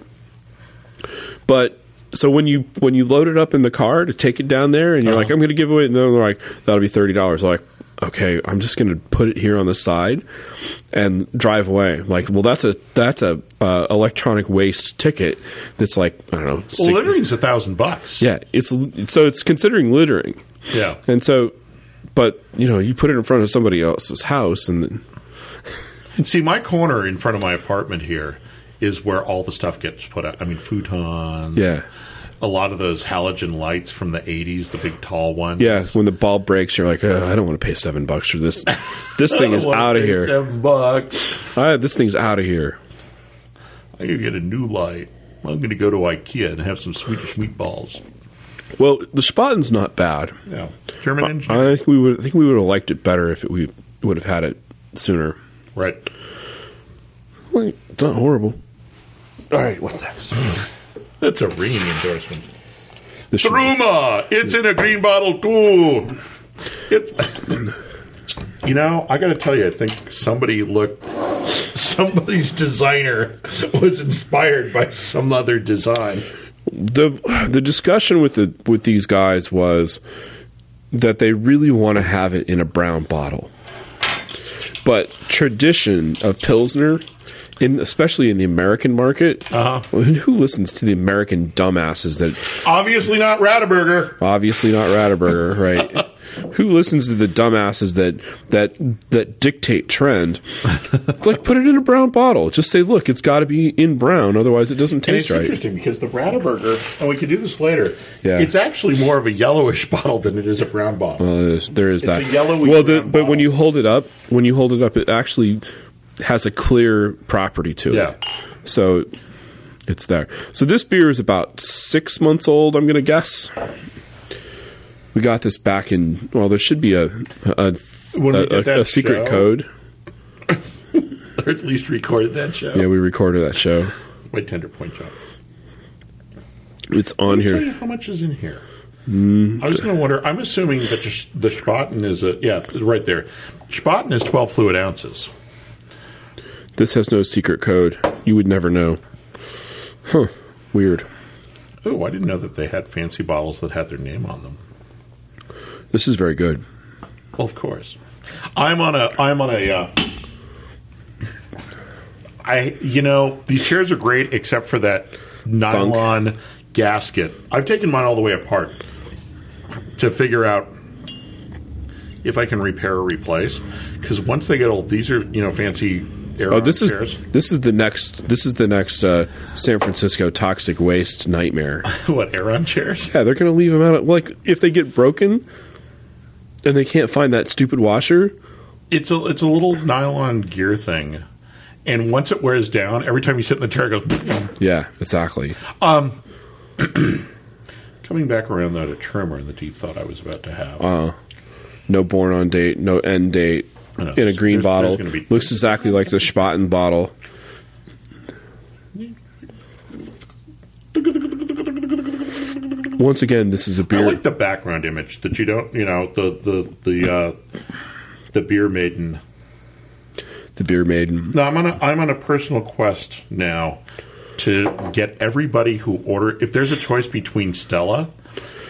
But so when you when you load it up in the car to take it down there, and you're like, I'm going to give away, and they're like, that'll be thirty dollars. Like, okay, I'm just going to put it here on the side and drive away. Like, well, that's a that's a uh, electronic waste ticket that's like I don't know. Well, sig- littering's a thousand bucks. yeah, it's so it's considering littering, Yeah. and so, but you know, you put it in front of somebody else's house, and then, See, my corner in front of my apartment here is where all the stuff gets put out. I mean, futons. yeah, A lot of those halogen lights from the 80s, the big tall ones. yeah, when the ball breaks, you're like, "Ugh, I don't want to pay seven bucks for this. This thing is Well, out of it's here. Seven bucks. Ah, this thing's out of here. I could get a new light. I'm going to go to IKEA and have some Swedish meatballs. Well, the Spaten's not bad. Yeah. Uh, German engine. I think we would I think we would have liked it better if it, we would have had it sooner. right. Like, it's not horrible. All right, what's next? That's a ringing endorsement. This should- Truma! It's in a green bottle, too! It's. You know, I got to tell you, I think somebody looked. Somebody's designer was inspired by some other design. the the discussion with the with these guys was that they really want to have it in a brown bottle. But tradition of Pilsner, in especially in the American market, Uh-huh. who listens to the American dumbasses that Obviously not Rataburger. Obviously not Rataburger, right? Who listens to the dumbasses that that that dictate trend? like put it in a brown bottle. Just say, look, it's got to be in brown, otherwise it doesn't And it's taste right. interesting because the Rataburger, and we could do this later. Yeah. It's actually more of a yellowish bottle than it is a brown bottle. Uh, there's- there is that. a yellowy well, the, brown but when bottle. you hold it up, when you hold it up, it actually has a clear property to Yeah. it. So it's there. So this beer is about six months old. I'm going to guess. We got this back in. Well, there should be a a, When we a- did a- that a secret show. code. Or at least recorded that show. Yeah, we recorded that show. My tender point job. It's on Let me tell here. you how much is in here. I was going to wonder. I'm assuming that the, the Spaten is a yeah, right there. Spaten is 12 fluid ounces. This has no secret code. You would never know. Huh. Weird. Oh, I didn't know that they had fancy bottles that had their name on them. This is very good. Well, of course. I'm on a. I'm on a. Uh, I you know these chairs are great except for that nylon gasket. I've taken mine all the way apart to figure out if I can repair or replace because once they get old, these are you know fancy air Oh, this on is chairs. this is the next this is the next uh, San Francisco toxic waste nightmare. what air on chairs? Yeah, they're gonna leave them out. Like if they get broken and they can't find that stupid washer, It's a it's a little nylon gear thing, and once it wears down, every time you sit in the chair, it goes. yeah, exactly. Um, coming back around though to trimmer and the deep thought I was about to have. Uh, No born on date, no end date. I know, In a there's- green there's- bottle, there's gonna be- looks exactly like the Spaten bottle. Once again, this is a I beer. like the background image that you don't, you know, the the the uh, the beer maiden. the beer maiden. No, I'm on a I'm on a personal quest now to get everybody who order. If there's a choice between Stella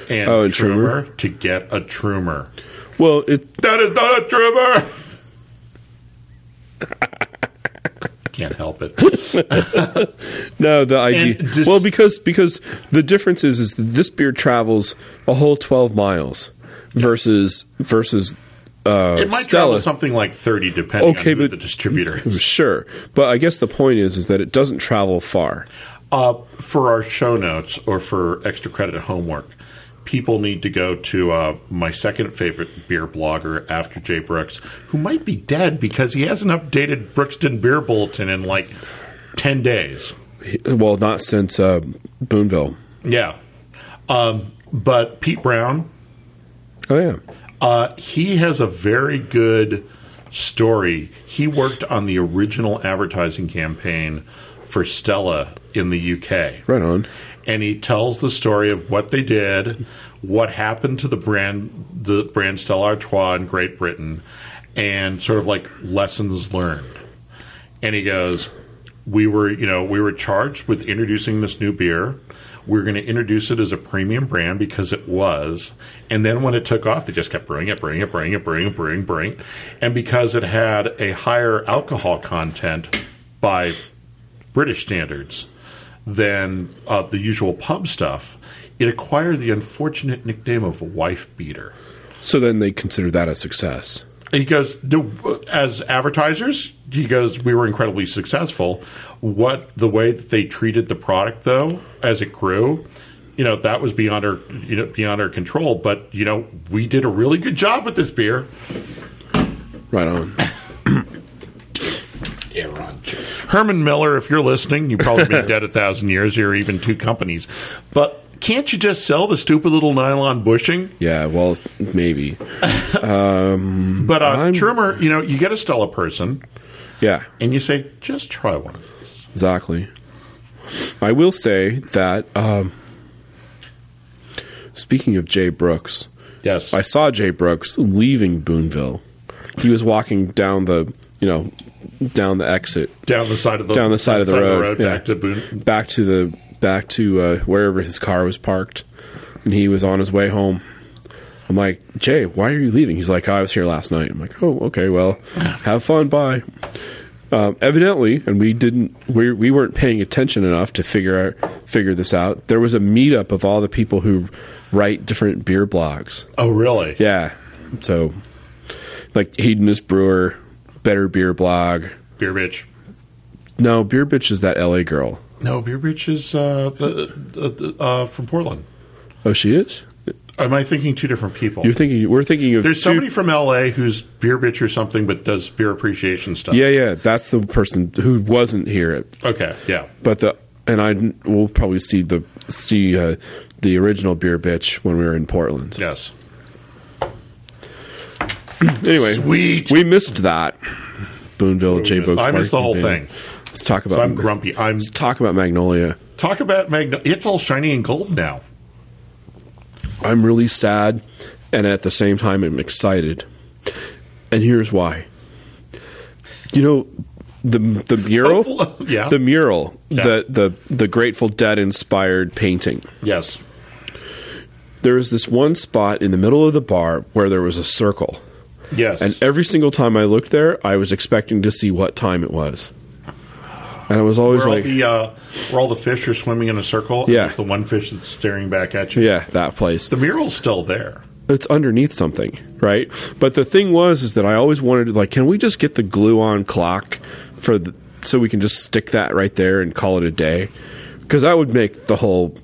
and, Oh, and Trumer, to get a Trumer. Well, it That is not a Trumer. Can't help it. Uh, No, the idea. And dis- well, because because the difference is is that this beer travels a whole twelve miles versus versus uh, It might travel Stella. something like thirty, depending Okay, on who but- the distributor is. Sure, but I guess the point is is that it doesn't travel far. Uh, for our show notes or for extra credit homework, people need to go to uh, my second favorite beer blogger after Jay Brooks, who might be dead because he hasn't updated Brookston Beer Bulletin in like 10 days. Well, not since uh, Boonville. Yeah. Um, but Pete Brown, Oh yeah, uh, he has a very good story. He worked on the original advertising campaign for Stella in the UK. right on. and he tells the story of what they did, what happened to the brand, the brand Stella Artois in Great Britain, and sort of like lessons learned. And he goes, "We were, you know, we were charged with introducing this new beer. We are going to introduce it as a premium brand because it was. And then when it took off, they just kept brewing it, brewing it, brewing it, brewing it, brewing, brewing. And because it had a higher alcohol content by British standards." than uh, the usual pub stuff, it acquired the unfortunate nickname of wife beater. So then they consider that a success. He goes, "The- as advertisers, he goes, we were incredibly successful. What the way that they treated the product though, as it grew, you know, that was beyond our, you know, beyond our control. But you know, we did a really good job with this beer. Right on. Herman Miller, if you're listening, you've probably been dead a thousand years or even two companies. But can't you just sell the stupid little nylon bushing? Yeah. Well, maybe. But uh, I'm- Trimmer, you know, you get a Stella person Yeah. and you say, just try one. Exactly. I will say that. Um, speaking of Jay Brooks, Yes. I saw Jay Brooks leaving Boonville. He was walking down the, you know, down the exit down the side of the down the side of the road, yeah. back to Boone. back to the back to uh, wherever his car was parked, and he was on his way home. I'm like, Jay, why are you leaving? He's like, oh, I was here last night. I'm like, oh, okay, well, have fun, bye. Um, evidently, and we didn't, we, we weren't paying attention enough to figure out, figure this out. There was a meetup of all the people who write different beer blogs. Oh, really? Yeah. So, like Hedonist Brewer, Better Beer Blog. Beer Bitch. No, Beer Bitch is that LA girl. No, Beer Bitch is uh, the, uh, uh, from Portland. Oh, she is. Am I thinking two different people? You're thinking we're thinking of There's two- somebody from LA who's Beer Bitch or something, but does beer appreciation stuff. Yeah, yeah, that's the person who wasn't here. Okay. Yeah. But the and I will probably see the see uh, the original Beer Bitch when we were in Portland. Yes. Anyway, Sweet. we missed that. Boonville, J. Brooks. I missed the whole Marketing thing. Band. Let's talk about So I'm grumpy. I'm let's talk about Magnolia. talk about Magna. It's all shiny and gold now. I'm really sad, and at the same time, I'm excited. And here's why. You know, the the mural, Hopeful- yeah. the mural, the the the Grateful Dead inspired painting. Yes. There was this one spot in the middle of the bar where there was a circle, Yes. and every single time I looked there, I was expecting to see what time it was, and I was always where all like, the uh, where all the fish are swimming in a circle. and Yeah. there's the one fish that's staring back at you. "Yeah, that place." The mural's still there. it's underneath something, right? But the thing was is that I always wanted to like, can we just get the glue on clock for the, so we can just stick that right there and call it a day because that would make the whole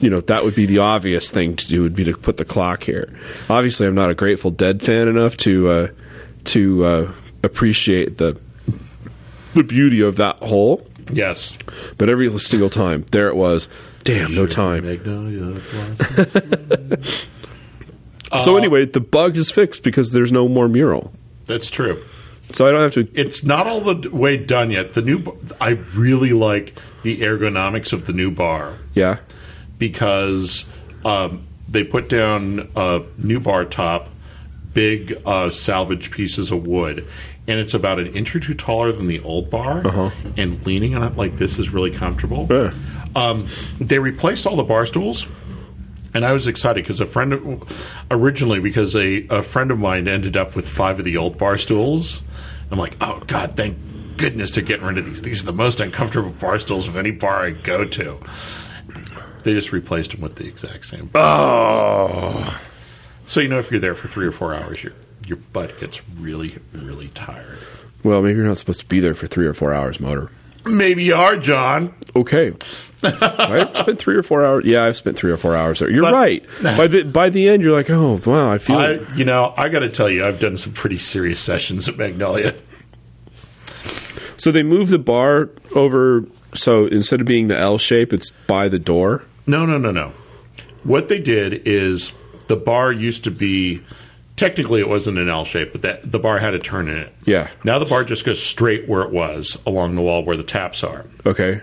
you know that would be the obvious thing to do would be to put the clock here obviously i'm not a grateful dead fan enough to uh to uh appreciate the the beauty of that hole Yes. but every single time there it was damn no time Magnolia blossom. so anyway the bug is fixed because there's no more mural That's true. so i don't have to It's not all the d- way done yet. The new, b- I really like the ergonomics of the new bar yeah because um, they put down a new bar top, big uh, salvage pieces of wood, and it's about an inch or two taller than the old bar. And leaning on it like this is really comfortable. Uh-huh. Yeah. Um, they replaced all the bar stools. And I was excited because a friend of- originally because a, a friend of mine ended up with five of the old bar stools. I'm like, oh god, thank goodness they're getting rid of these. These are the most uncomfortable bar stools of any bar I go to. They just replaced them with the exact same. Oh. Uh, So you know, if you're there for three or four hours, your your butt gets really, really tired. well maybe you're not supposed to be there for three or four hours motor Maybe you are, John. okay. I've spent three or four hours. Yeah, I've spent three or four hours there. You're But- right. By the by the end, you're like, oh wow, I feel. I, you know, I got to tell you, I've done some pretty serious sessions at Magnolia. so they move the bar over. So instead of being the L shape, it's by the door. No, no, no, no. What they did is the bar used to be technically it wasn't an L shape, but that the bar had a turn in it. Yeah. Now the bar just goes straight where it was along the wall where the taps are. Okay.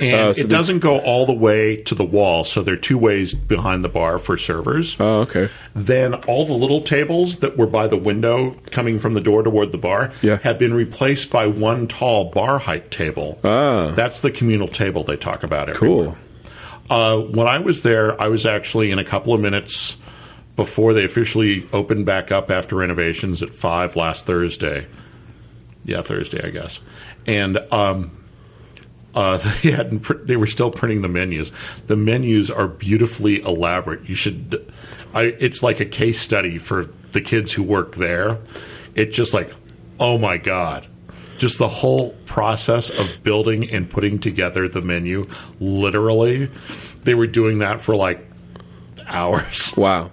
And Oh, so it doesn't go all the way to the wall, so there are two ways behind the bar for servers. Oh, okay. then all the little tables that were by the window coming from the door toward the bar Yeah. have been replaced by one tall bar height table. Ah. That's the communal table they talk about everywhere. Cool. Uh, when I was there, I was actually in a couple of minutes before they officially opened back up after renovations at five last Thursday. Yeah, Thursday, I guess. And um, uh, they hadn't. Pr- they were still printing the menus. The menus are beautifully elaborate. You should. I, it's like a case study for the kids who work there. It's just like, oh my god. Just the whole process of building and putting together the menu, literally, they were doing that for like hours Wow.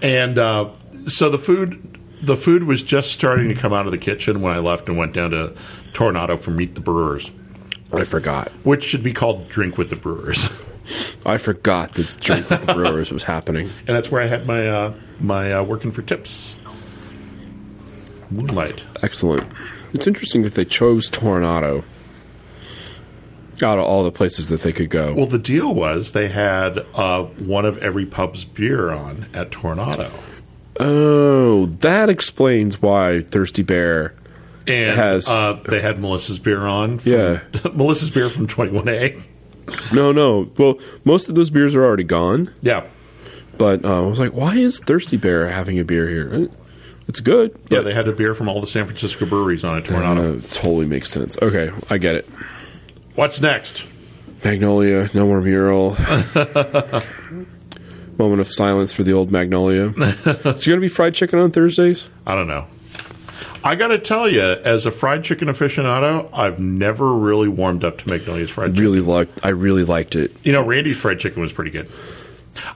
and uh, so the food the food was just starting to come out of the kitchen when I left and went down to Tornado for Meet the Brewers, I forgot. which should be called Drink with the Brewers, I forgot the drink with the brewers was happening. and that's where I had my uh, my uh, working for tips. Moonlight. Excellent. It's interesting that they chose Tornado out of all the places that they could go. Well, the deal was they had uh, one of every pub's beer on at Tornado, oh, that explains why Thirsty Bear. and Has- uh, they had Melissa's beer on. From, Yeah. Melissa's beer from Twenty One A. No, no. Well, most of those beers are already gone. Yeah, But uh, I was like, why is Thirsty Bear having a beer here? Eh, It's good. yeah, But, they had a beer from all the San Francisco breweries on at Tornado. uh, totally makes sense. Okay, I get it. What's next? Magnolia, no more mural. Moment of silence for the old Magnolia. Is there going to be fried chicken on Thursdays? I don't know. I got to tell you, as a fried chicken aficionado, I've never really warmed up to Magnolia's fried chicken. Really liked. I really liked it. You know, Randy's fried chicken was pretty good.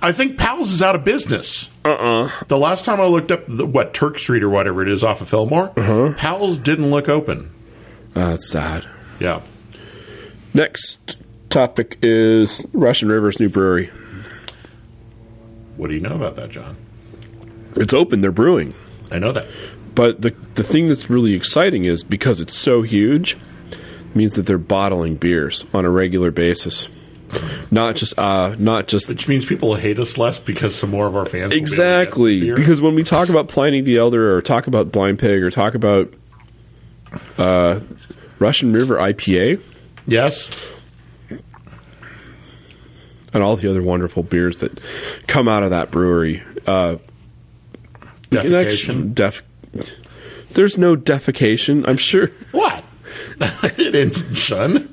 I think Powell's is out of business. Uh uh Uh-uh. The last time I looked up, the, what, Turk Street or whatever it is off of Fillmore, Uh-huh. Powell's didn't look open. Uh, it's sad. Yeah. Next topic is Russian River's new brewery. What do you know about that, John? It's open. They're brewing. I know that. But the the thing that's really exciting is because it's so huge, means that they're bottling beers on a regular basis, not just uh not just Which means people hate us less because some more of our fans. will be able to get exactly beer. because when we talk about Pliny the Elder or talk about Blind Pig or talk about uh, Russian River IPA Yes. and all the other wonderful beers that come out of that brewery, uh, we can actually Defecation. def- there's no defecation. I'm sure. What? it isn't shun.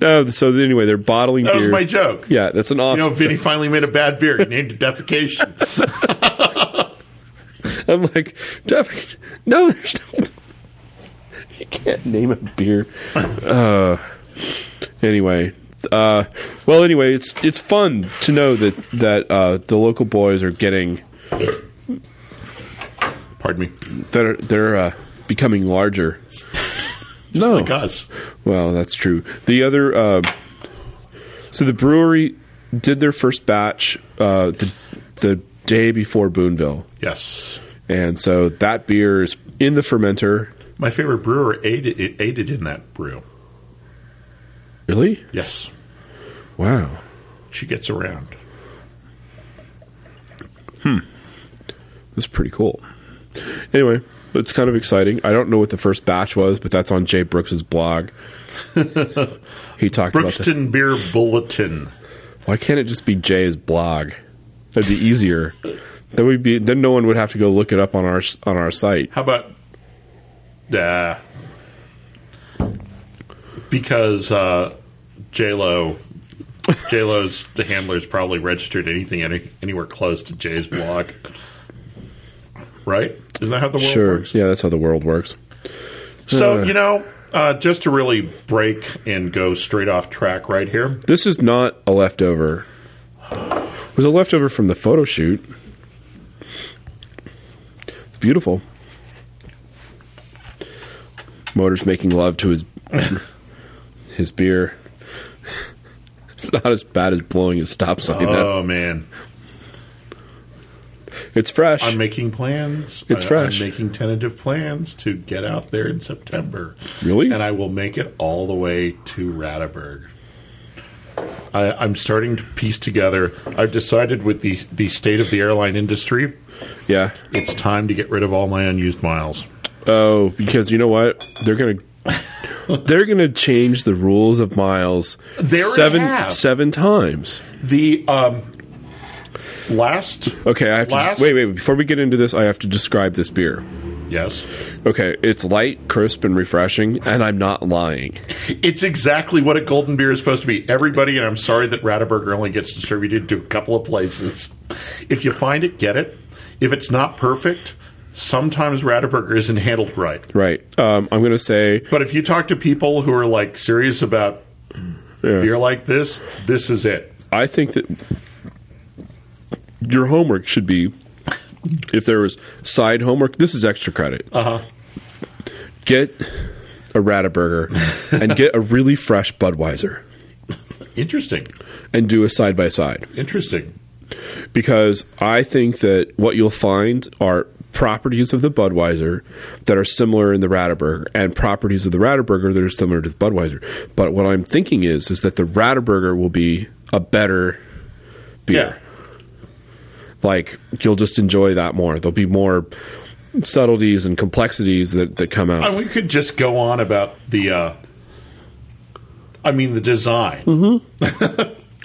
No. So anyway, they're bottling That beer. was my joke. yeah, that's an You awesome. know, Vinny finally made a bad beer. He named it defecation. I'm I'm like, Jeff, no, there's no. You can't name a beer. Uh, anyway, uh, well, anyway, it's it's fun to know that that uh, the local boys are getting Pardon me. that are they're uh, becoming larger. no, Like us. Well, that's true. The other, uh, so the brewery did their first batch uh, the, the day before Boonville, Yes. and so that beer is in the fermenter. My favorite brewer aided, it aided in that brew. Really? Yes. Wow. She gets around. That's pretty cool. Anyway, it's kind of exciting. I don't know what the first batch was, but that's on Jay Brooks's blog. he talked about that. Brookston Beer Bulletin. Why can't it just be Jay's blog? That'd be easier. Then we'd be then no one would have to go look it up on our s- on our site. How about. Uh, because uh, J-Lo. J-Lo's the handler's probably registered anything any, anywhere close to Jay's blog. Right? Isn't that how the world Sure. works? Yeah, that's how the world works. So, Uh. you know, uh, just to really break and go straight off track right here. This is not a leftover. It was a leftover from the photo shoot. It's beautiful. Motor's making love to his his beer. It's not as bad as blowing his stop sign. out. Oh, man. It's fresh. I'm making plans. It's I- fresh. I'm making tentative plans to get out there in September. Really? And I will make it all the way to Rataburg. I, I'm starting to piece together. I've decided with the, the state of the airline industry, yeah. it's time to get rid of all my unused miles. Oh, because you know what? They're gonna they're gonna change the rules of miles They already seven have. seven times. The um, last. Okay, I have Last- to wait. Wait, before we get into this, I have to describe this beer. Yes. Okay, it's light, crisp, and refreshing, and I'm not lying. It's exactly what a golden beer is supposed to be. Everybody, and I'm sorry that Rataburger only gets distributed to a couple of places. If you find it, get it. If it's not perfect, sometimes Rataburger isn't handled right. Right? Um, I'm gonna say But if you talk to people who are like serious about beer like this, this is it. I think that your homework should be if there was side homework. This is extra credit. Uh huh. Get a Rataburger and get a really fresh Budweiser Interesting. and do a side by side. Interesting. because I think that what you'll find are properties of the Budweiser that are similar in the Rataburger and properties of the Rataburger that are similar to the Budweiser. But what I'm thinking is is that the Rataburger will be a better Yeah. beer. Like you'll just enjoy that more. There'll be more subtleties and complexities that, that come out. And we could just go on about the, uh, I mean, the design.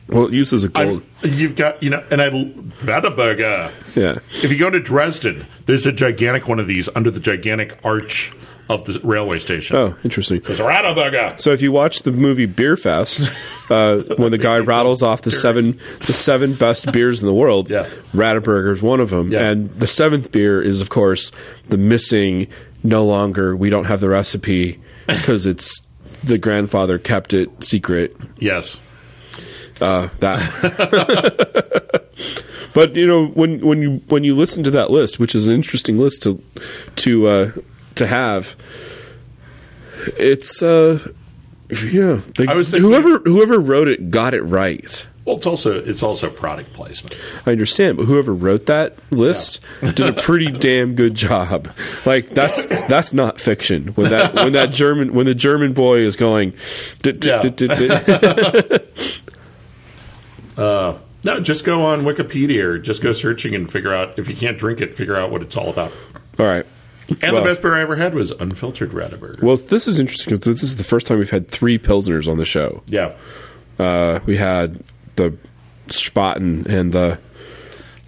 Well, it uses a I'm- gold. You've got, you know, and I, Rataburger. yeah. If you go to Dresden, there's a gigantic one of these under the gigantic arch of the railway station. Oh, interesting. It's a Rataburger. So if you watch the movie Beer Fest, uh, when the guy rattles off the seven the seven best beers in the world, Yeah. Rataburger is one of them, Yeah. and the seventh beer is of course the missing. No longer, we don't have the recipe because it's the grandfather kept it secret. Yes. Uh, that, but you know when when you when you listen to that list, which is an interesting list to to uh, to have, it's uh, yeah. They, I was thinking- whoever whoever wrote it got it right. Well, it's also it's also product placement. I understand, but whoever wrote that list did a pretty damn good job. Like that's that's not fiction. When that when that German when the German boy is going, "Dit, dit, Yeah. dit, dit, dit." No, just go on Wikipedia or just go searching and figure out if you can't drink it, figure out what it's all about. all right. And Well- the best beer I ever had was unfiltered Rataburger. Well, this is interesting because this is the first time we've had three pilsners on the show. Yeah. Uh, we had the Spaten and the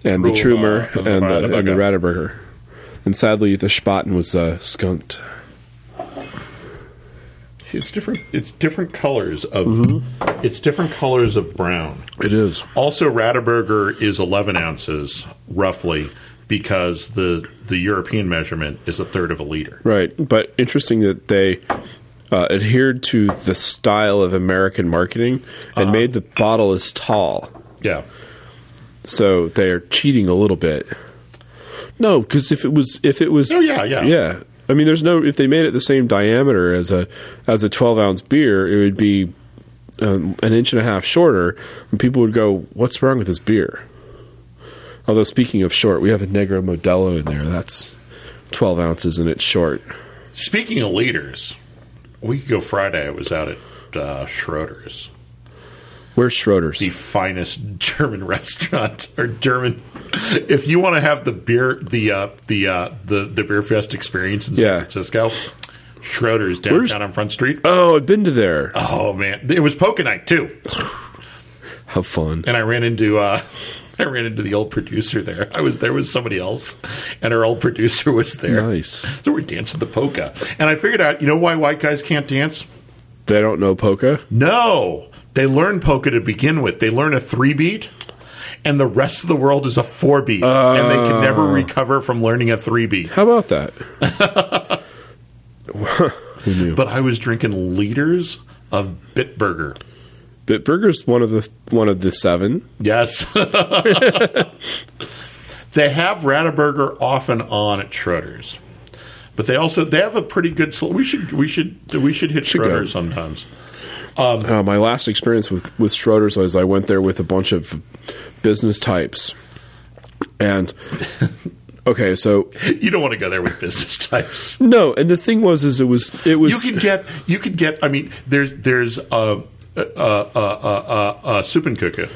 and the Trumer Trumer and the, and the Rataburger, and sadly the Spaten was uh, skunked. See, it's different. It's different colors of. It's different colors of brown. It is Also, Rataburger is 11 ounces, roughly. because the the European measurement is a third of a liter. Right, but interesting that they uh, adhered to the style of American marketing and made the bottle as tall, Yeah. so they're cheating a little bit. No, because if it was, if it was, Oh, yeah, yeah. yeah. I mean, there's no. If they made it the same diameter as a as a 12 ounce beer, it would be um, an inch and a half shorter, and people would go, "What's wrong with this beer?" Although speaking of short, we have a Negro Modelo in there. That's 12 ounces and it's short. Speaking of liters, a week ago Friday I was out at uh, Schroeder's, Where's Schroeder's? the finest German restaurant or German. If you want to have the beer, the uh, the uh, the the beer fest experience in San Yeah. Francisco, Schroeder's downtown Where's- on Front Street. Oh, I've been to there. Oh man, it was poker night too, How fun. and I ran into uh, I ran into the old producer there. I was there with somebody else, and our old producer was there. Nice. So we're dancing the polka, and I figured out you know why white guys can't dance. They don't know polka? No, they learn polka to begin with. They learn a three beat, and the rest of the world is a four beat, and they can never recover from learning a three beat. How about that? Who knew? But I was drinking liters of Bitburger. But Burger's one of the one of the seven. Yes. they have Rataburger off and on at Schroeder's. But they also they have a pretty good sl- we should we should we should hit go. Schroeder's sometimes. Uh, my last experience with with Schroeder's was I went there with a bunch of business types, and okay, so You don't want to go there with business types. no, and the thing was is it was it was You could get you could get I mean there's there's a a a a, a, a Suppenkuchen,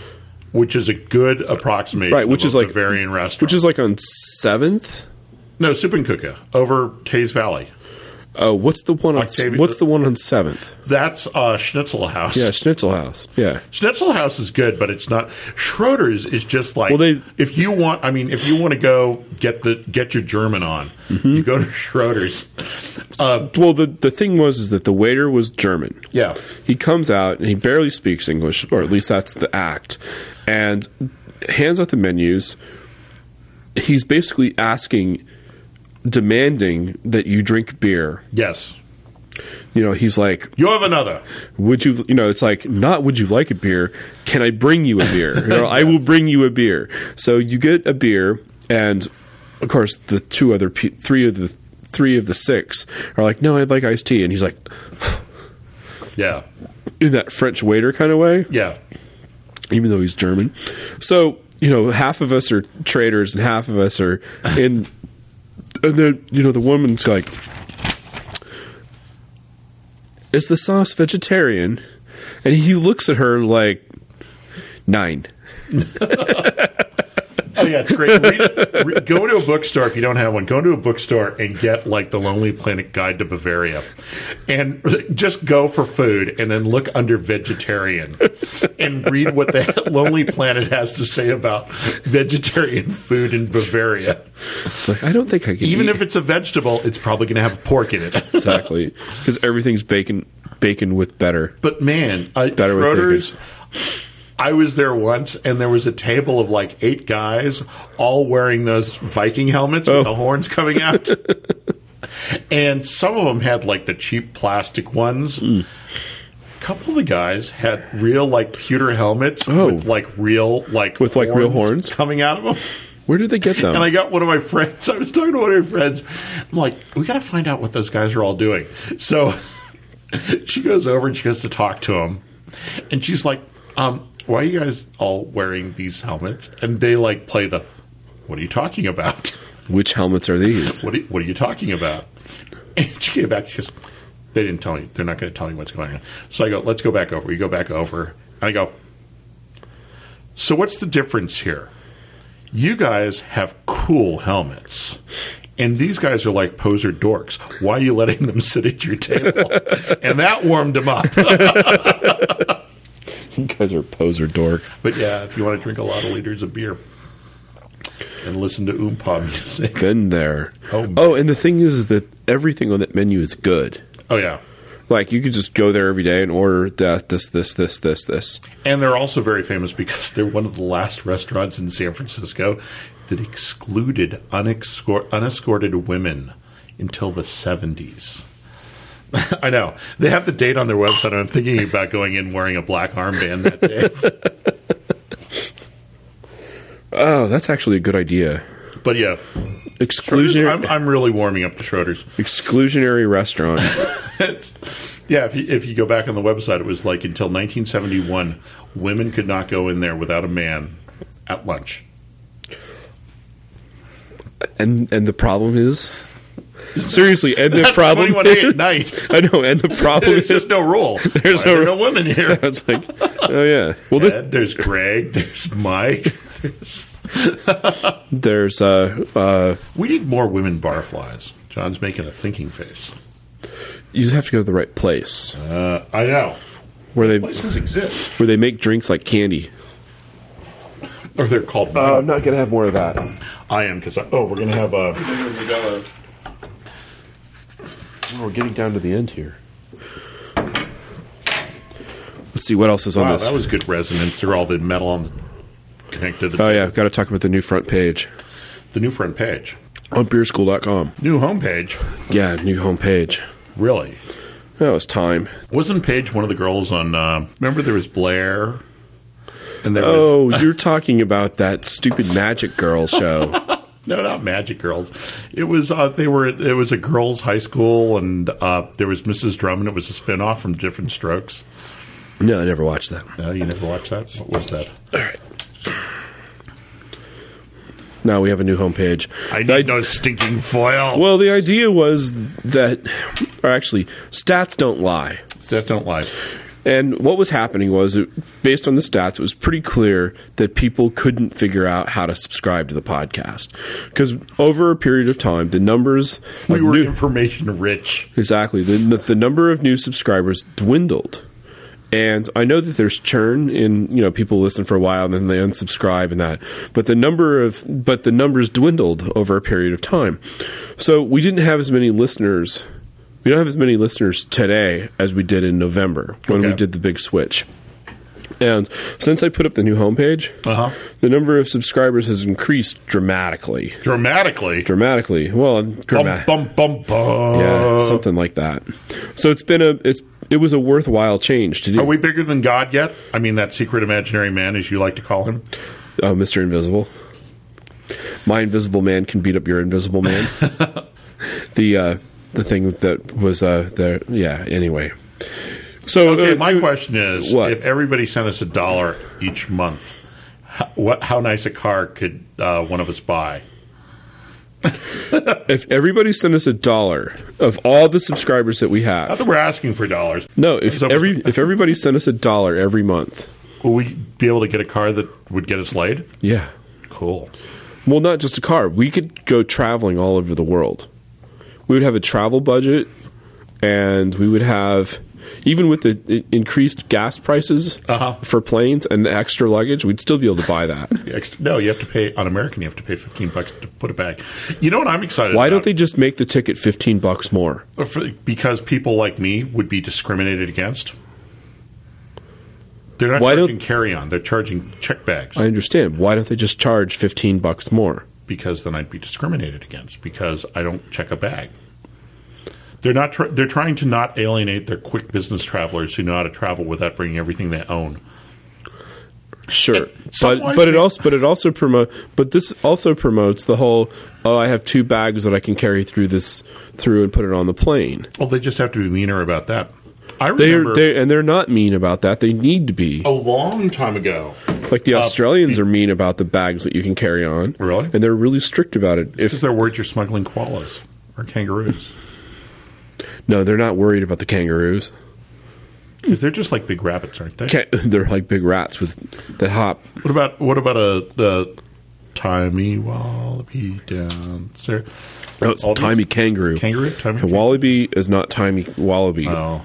which is a good approximation Right, which of is a like- Bavarian restaurant. which is like on seventh. no Suppenkuchen over Tays Valley. Oh, what's the one on s- Octavia- what's the one on seventh? That's uh, Schnitzel House. Yeah, Schnitzel House. Yeah, Schnitzel House is good, but it's not. Schroeder's is just like Well, they- if you want. I mean, if you want to go get the get your German on, Mm-hmm. you go to Schroeder's. well the the thing was is that the waiter was German. Yeah, He comes out and he barely speaks English, or at least that's the act, and hands out the menus. He's basically asking, demanding that you drink beer. yes. You know, he's like, You have another. would you you know it's like not would you like a beer can i bring you a beer you know, i will bring you a beer so you get a beer and of course the two other pe- three of the three of the six are like no i'd like iced tea and he's like Yeah, in that french waiter kind of way yeah. even though he's german so you know half of us are traders and half of us are in and then you know the woman's like is the sauce vegetarian and he looks at her like nine Oh yeah, it's great. Read, re- go to a bookstore if you don't have one. Go to a bookstore and get like the Lonely Planet Guide to Bavaria, and just go for food, and then look under vegetarian, and read what the Lonely Planet has to say about vegetarian food in Bavaria. it's like i don't think i can Even eat if it's a vegetable, it's probably going to have pork in it. exactly because everything's bacon bacon with better But man, I, Better with Schroeder's. I was there once, and there was a table of like eight guys, all wearing those Viking helmets with Oh. the horns coming out. and some of them had like the cheap plastic ones. Hmm. A couple of the guys had real like pewter helmets with like real like Oh. With, like, real horns? coming out of them. where did they get them And I got one of my friends. I was talking to one of my friends. I'm like, we got to find out what those guys are all doing. So she goes over and she goes to talk to him, and she's like, um, "Why are you guys all wearing these helmets?" And they like play the, "What are you talking about? which helmets are these What are, what are you talking about?" And she came back. She goes, "They didn't tell me. They're not going to tell me what's going on." So I go, "Let's go back over." We go back over. And I go, "So what's the difference here?" you guys have cool helmets. And these guys are like poser dorks. Why are you letting them sit at your table? and that warmed them up. you guys are poser dorks but yeah, if you want to drink a lot of liters of beer and listen to oompa music. been there Oh, man. oh and the thing is that everything on that menu is good Oh, yeah. Like you could just go there every day and order that this this this this this. And they're also very famous because they're one of the last restaurants in San Francisco that excluded unexcor- unescorted women until the 70s. I know. They have the date on their website. I'm thinking about going in wearing a black armband that day. Oh, that's actually a good idea. But yeah, Schroeder's, Exclusionary, I'm, I'm really warming up to Schroeder's. exclusionary restaurant. It's- yeah, if you, if you go back on the website, it was like until 1971, women could not go in there without a man at lunch. and and the problem is seriously, and the That's problem 21A at night. I know, and the problem There's is just no rule. There's There's no no, there no rule. women I here. was like, oh yeah. Well, this Ed, there's Greg. There's Mike. There's, there's uh uh we need more women barflies. John's making a thinking face. you just have to go to the right place Uh, I know. where they Places exist. where they make drinks like candy. Or they're called. Uh, I'm not gonna have more of that. I am because oh, we're gonna have a. We're getting down to the end here. Let's see what else is on Wow, this. that was good resonance through all the metal on the connected to the, oh yeah, got to talk about the new front page the new front page, on beerschool.com. new homepage. Yeah, new homepage. Really, That was time. wasn't Paige one of the girls on? Uh, remember, there was Blair, and there was Oh, you're talking about that stupid Magic Girl show. no, not Magic Girls. It was uh, they were it was a girls' high school, and uh, there was Mrs. Drummond. It was a spinoff from Different Strokes. no, I never watched that. No, you never watched that. What was that? All right. Now we have a new homepage. I need no stinking foil. Well, the idea was that, or actually, stats don't lie. That don't lie. And what was happening was, it, based on the stats, it was pretty clear that people couldn't figure out how to subscribe to the podcast because over a period of time, the numbers We of were new- information rich. Exactly. The, the, the number of new subscribers dwindled. And I know that there's churn in, you know, people listen for a while and then they unsubscribe and that. But the number of but the numbers dwindled over a period of time. So we didn't have as many listeners we don't have as many listeners today as we did in November when we Okay. did the big switch. And since I put up the new homepage, Uh-huh. the number of subscribers has increased dramatically. Dramatically. Dramatically. Well, dramatically. Bum, bum, bum, bum. Yeah, something like that. So it's been a it's it was a worthwhile change to do. Are we bigger than God yet? I mean, that secret imaginary man, as you like to call him. oh, Mr. Invisible. My invisible man can beat up your invisible man. the uh the thing that was uh there yeah, anyway. So Okay, uh, my question is: what? If everybody sent us a dollar each month, how, what, how nice a car could uh, one of us buy? if everybody sent us a dollar of all the subscribers that we Not have. that we're asking for dollars. No, if So- every if everybody sent us a dollar every month. Will we be able to get a car that would get us laid? Yeah. Cool. Well, not just a car. We could go traveling all over the world. We would have a travel budget, and we would have, even with the i- increased gas prices Uh-huh. for planes and the extra luggage, we'd still be able to buy that. The extra- No, you have to pay on American. You have to pay fifteen bucks to put it back. You know what I'm excited? Why don't about? they just make the ticket fifteen bucks more? For- Because people like me would be discriminated against. They're not Why don't- charging carry on. They're charging check bags. I understand. Why don't they just charge fifteen bucks more? because then I'd be discriminated against because I don't check a bag. They're not. Tr- they're trying to not alienate their quick business travelers who know how to travel without bringing everything they own. Sure, some but wise but it man- also but it also promote but this also promotes the whole oh I have two bags that I can carry through this through and put it on the plane. Well, they just have to be meaner about that. I They're, remember they and they're not mean about that. They need to be. a long time ago. Like the Australians are mean about the bags that you can carry on. uh, Really? And they're really strict about it. Is If there worried you're smuggling koalas or kangaroos? no, they're not worried about the kangaroos. Because they're just like big rabbits, aren't they? Ca- They're like big rats with that hop. What about what about a, a timey wallaby downstairs? No, it's All these- timey kangaroo. kangaroo, timey A wallaby is not timey wallaby. Oh,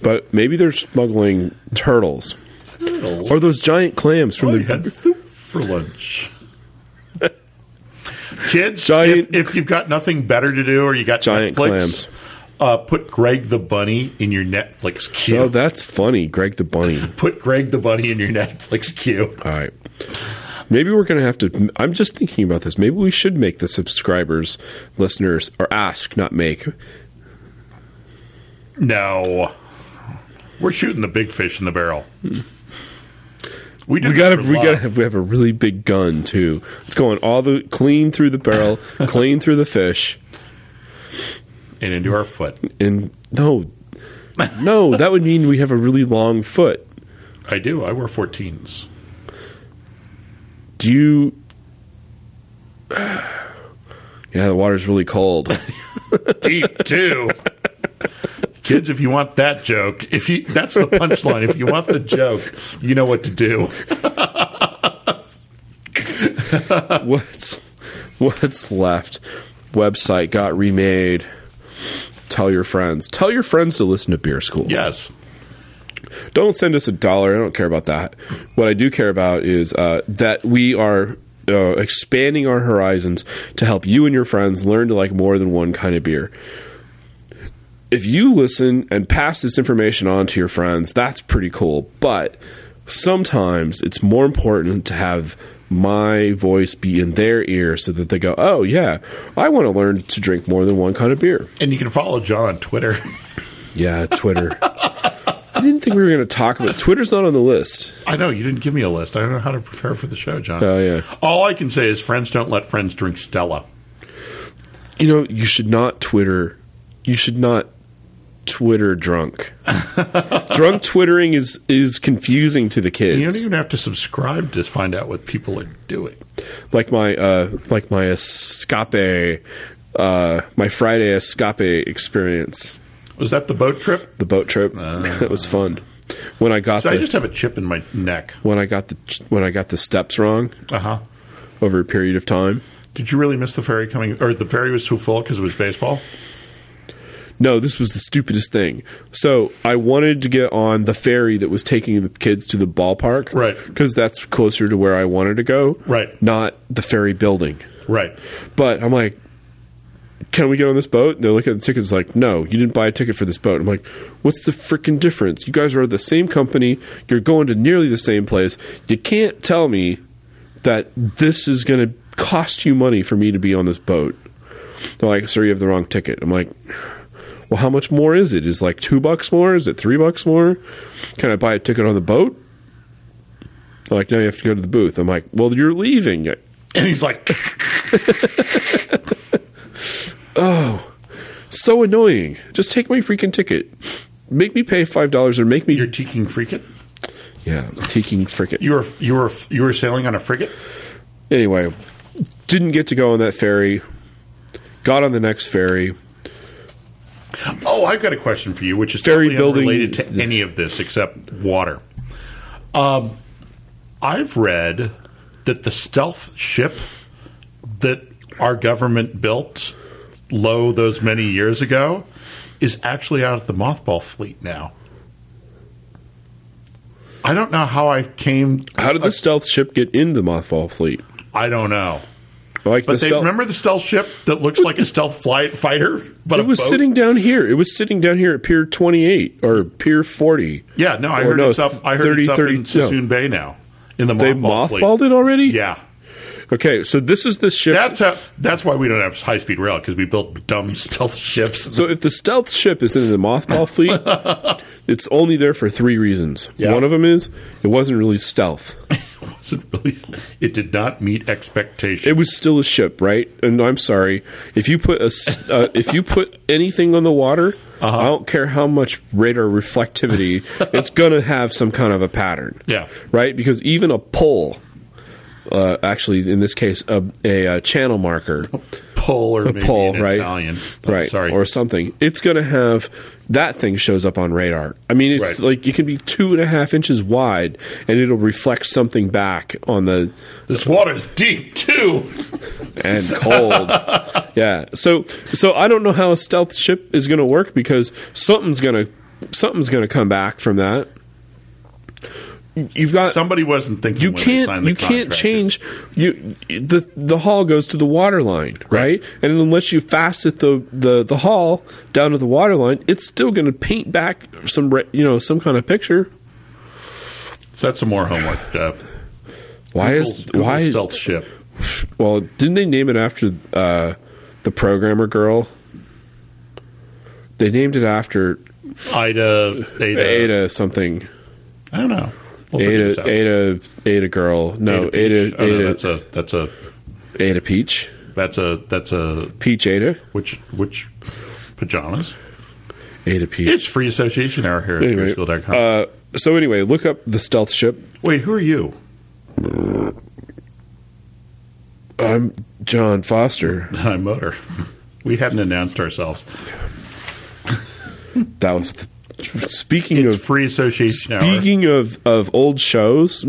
But maybe they're smuggling turtles or those giant clams from I the had soup for lunch. Kids, Giant- if, if you've got nothing better to do or you got Giant Netflix, clams. Uh, put Greg the Bunny in your Netflix queue. Oh, that's funny, Greg the bunny. put Greg the Bunny in your Netflix queue. All right. Maybe we're going to have to. I'm just thinking about this. Maybe we should make the subscribers, listeners, or ask, not make. No, we're shooting the big fish in the barrel. We, We just gotta, we gotta have, we have a really big gun too. It's going all the clean through the barrel, clean through the fish, and into our foot. and no, no, that would mean we have a really long foot. I do. I wear 14s. Do you? Yeah, the water's really cold. Deep too. Kids, if you want that joke, if you that's the punchline. If you want the joke, you know what to do. what's what's left website got remade tell your friends tell your friends to listen to beer school Yes. don't send us a dollar i don't care about that what i do care about is uh, that we are uh, expanding our horizons to help you and your friends learn to like more than one kind of beer if you listen and pass this information on to your friends, that's pretty cool. But sometimes it's more important to have my voice be in their ear so that they go, oh, yeah, I want to learn to drink more than one kind of beer. And you can follow John on Twitter. Yeah, Twitter. I didn't think we were going to talk about Twitter's not on the list. I know you didn't give me a list. I don't know how to prepare for the show, John. Oh, yeah. All I can say is friends don't let friends drink Stella. You know, you should not Twitter. You should not Twitter drunk. drunk twittering is is confusing to the kids. You don't even have to subscribe to find out what people are doing. like my uh like my escape uh my friday escape experience Was that the boat trip? the boat trip it was fun when i got So Ah. I the just have a chip in my neck. when i got the when i got the steps wrong Uh huh. over a period of time Did you really miss the ferry coming? Or the ferry was too full because it was baseball? no this was the stupidest thing so i wanted to get on the ferry that was taking the kids to the ballpark Right. because that's closer to where i wanted to go Right. not the ferry building Right. But I'm like, can we get on this boat? And they're looking at the tickets like, no, you didn't buy a ticket for this boat. I'm like, what's the freaking difference? You guys are the same company. You're going to nearly the same place. You can't tell me that this is going to cost you money for me to be on this boat. They're like, sir, you have the wrong ticket. I'm like, well, how much more is it? Is it like two bucks more? Is it three bucks more? Can I buy a ticket on the boat? They're like, no, you have to go to the booth. I'm like, well, you're leaving. And he's like, so annoying. Just take my freaking ticket. Make me pay five dollars or make me You're teeking frigate? yeah taking frickin' You were, you, were, you were sailing on a frigate? anyway. Didn't get to go on that ferry. Got on the next ferry. Oh, I've got a question for you, which is Ferry totally building- unrelated to any of this except water. Um, I've read that the stealth ship that our government built low those many years ago is actually out of the mothball fleet now. I don't know how I came. How did the stealth ship get in the mothball fleet? I don't know. Like But the they stealth, remember the stealth ship that looks like a stealth flight fighter, but it a was boat? sitting down here. It was sitting down here at Pier Twenty Eight or Pier Forty. Yeah, no, I Or heard no, it's up. I heard 30, it's up 30 in Sassoon Bay now. In the They mothball fleet. mothballed it already. Yeah, Okay, so this is the ship. that's how, that's why we don't have high speed rail because we built dumb stealth ships. So if the stealth ship is in the mothball fleet, it's only there for three reasons. Yeah. One of them is it wasn't really stealth. It wasn't really. It did not meet It expectation. was still a ship, right? And I'm sorry if you put a s- uh, if you put anything on the water. Uh-huh. I don't care how much radar reflectivity, it's gonna have some kind of a pattern. Yeah. right. Because even a pole, uh, actually, in this case, a, a, uh channel marker, pole or maybe pole, an right? Italian. Oh, right, Sorry. or something. It's gonna have that thing shows up on radar. I mean, it's Right. like you can be two and a half inches wide, and it'll reflect something back on the this water's deep too. and cold. yeah. So so I don't know how a stealth ship is going to work because something's going to something's going to come back from that. You've got Somebody wasn't thinking. you when they can't signed the you can't contract. change you the the hull goes to the water line, right? And unless you facet the the the hull down to the water line, it's still going to paint back some re- you know some kind of picture. So that's some more homework. Uh, Why is Google's- Google's why? stealth ship? Well, didn't they name it after uh, the programmer girl? They named it after Ida, Ada, Ada something. I don't know. We'll figure this Ada out. Ada Ada girl. No, Peach. Ada Oh, no, Ada that's a that's a Ada Peach. that's a that's a Peach Ada. which which pajamas? Ada Peach. It's free association hour here at Anyway, beerschool.com. uh, so anyway, look up the stealth ship. Wait, who are you? I'm John Foster. I'm Motor. We hadn't announced ourselves. That was the, speaking It's of free association hour. speaking of of old shows.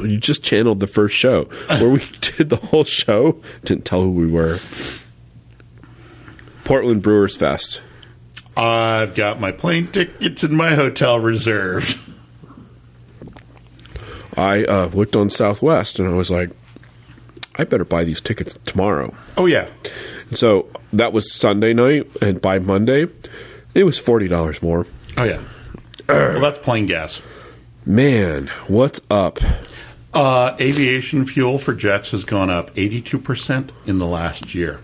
You just channeled the first show where we did the whole show. Didn't tell who we were. Portland Brewers Fest. I've got my plane tickets and my hotel reserved. I uh, looked on Southwest and I was like, I better buy these tickets tomorrow. Oh yeah, So that was Sunday night, and by Monday, it was forty dollars more. oh yeah. Well, that's plane gas. Man, what's up? Uh, aviation fuel for jets has gone up 82% in the last year.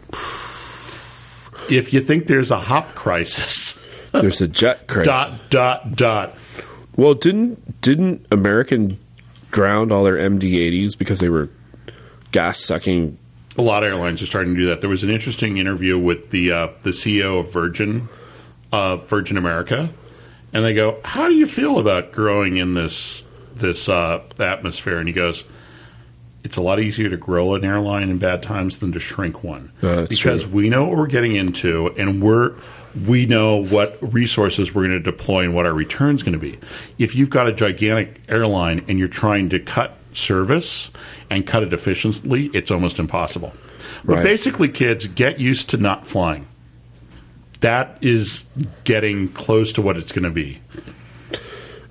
If you think there's a hop crisis, There's a jet craze. dot, dot, dot. Well, didn't didn't American ground all their MD-80s because they were gas sucking? A lot of airlines are starting to do that. There was an interesting interview with the uh, the CEO of Virgin, uh, Virgin America, and they go, "How do you feel about growing in this this uh, atmosphere?" And he goes, "It's a lot easier to grow an airline in bad times than to shrink one Uh, that's because we know what we're getting into, and we're." We know what resources we're going to deploy and what our return's going to be. If you've got a gigantic airline and you're trying to cut service and cut it efficiently, it's almost impossible. But Right. basically, kids, get used to not flying. That is getting close to what it's going to be.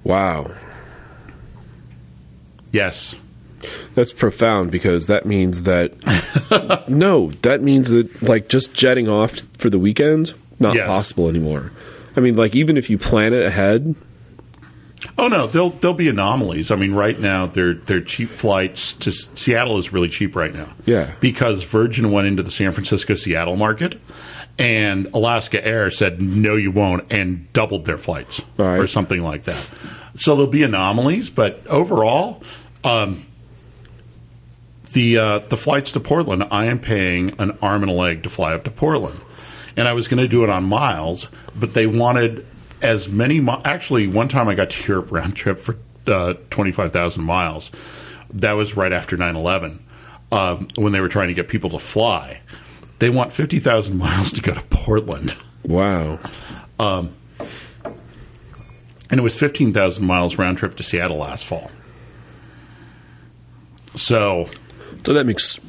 Wow, Yes. that's profound because that means that no, that means that like just jetting off for the weekend not Yes. possible anymore. I mean, like even if you plan it ahead, Oh no, there'll there'll be anomalies. I mean, right now they're they're cheap flights to S- Seattle is really cheap right now. Yeah. because Virgin went into the San Francisco Seattle market, and Alaska Air said no, you won't, and doubled their flights All right. or something like that. So there'll be anomalies, but overall, um, the uh, the flights to Portland, I am paying an arm and a leg to fly up to Portland, and I was going to do it on miles, but they wanted as many. Mi- Actually, one time I got to Europe round trip for uh, twenty five thousand miles. That was right after 9-11, um, when they were trying to get people to fly. They want fifty thousand miles to go to Portland, wow, and it was fifteen thousand miles round trip to Seattle last fall. So so that makes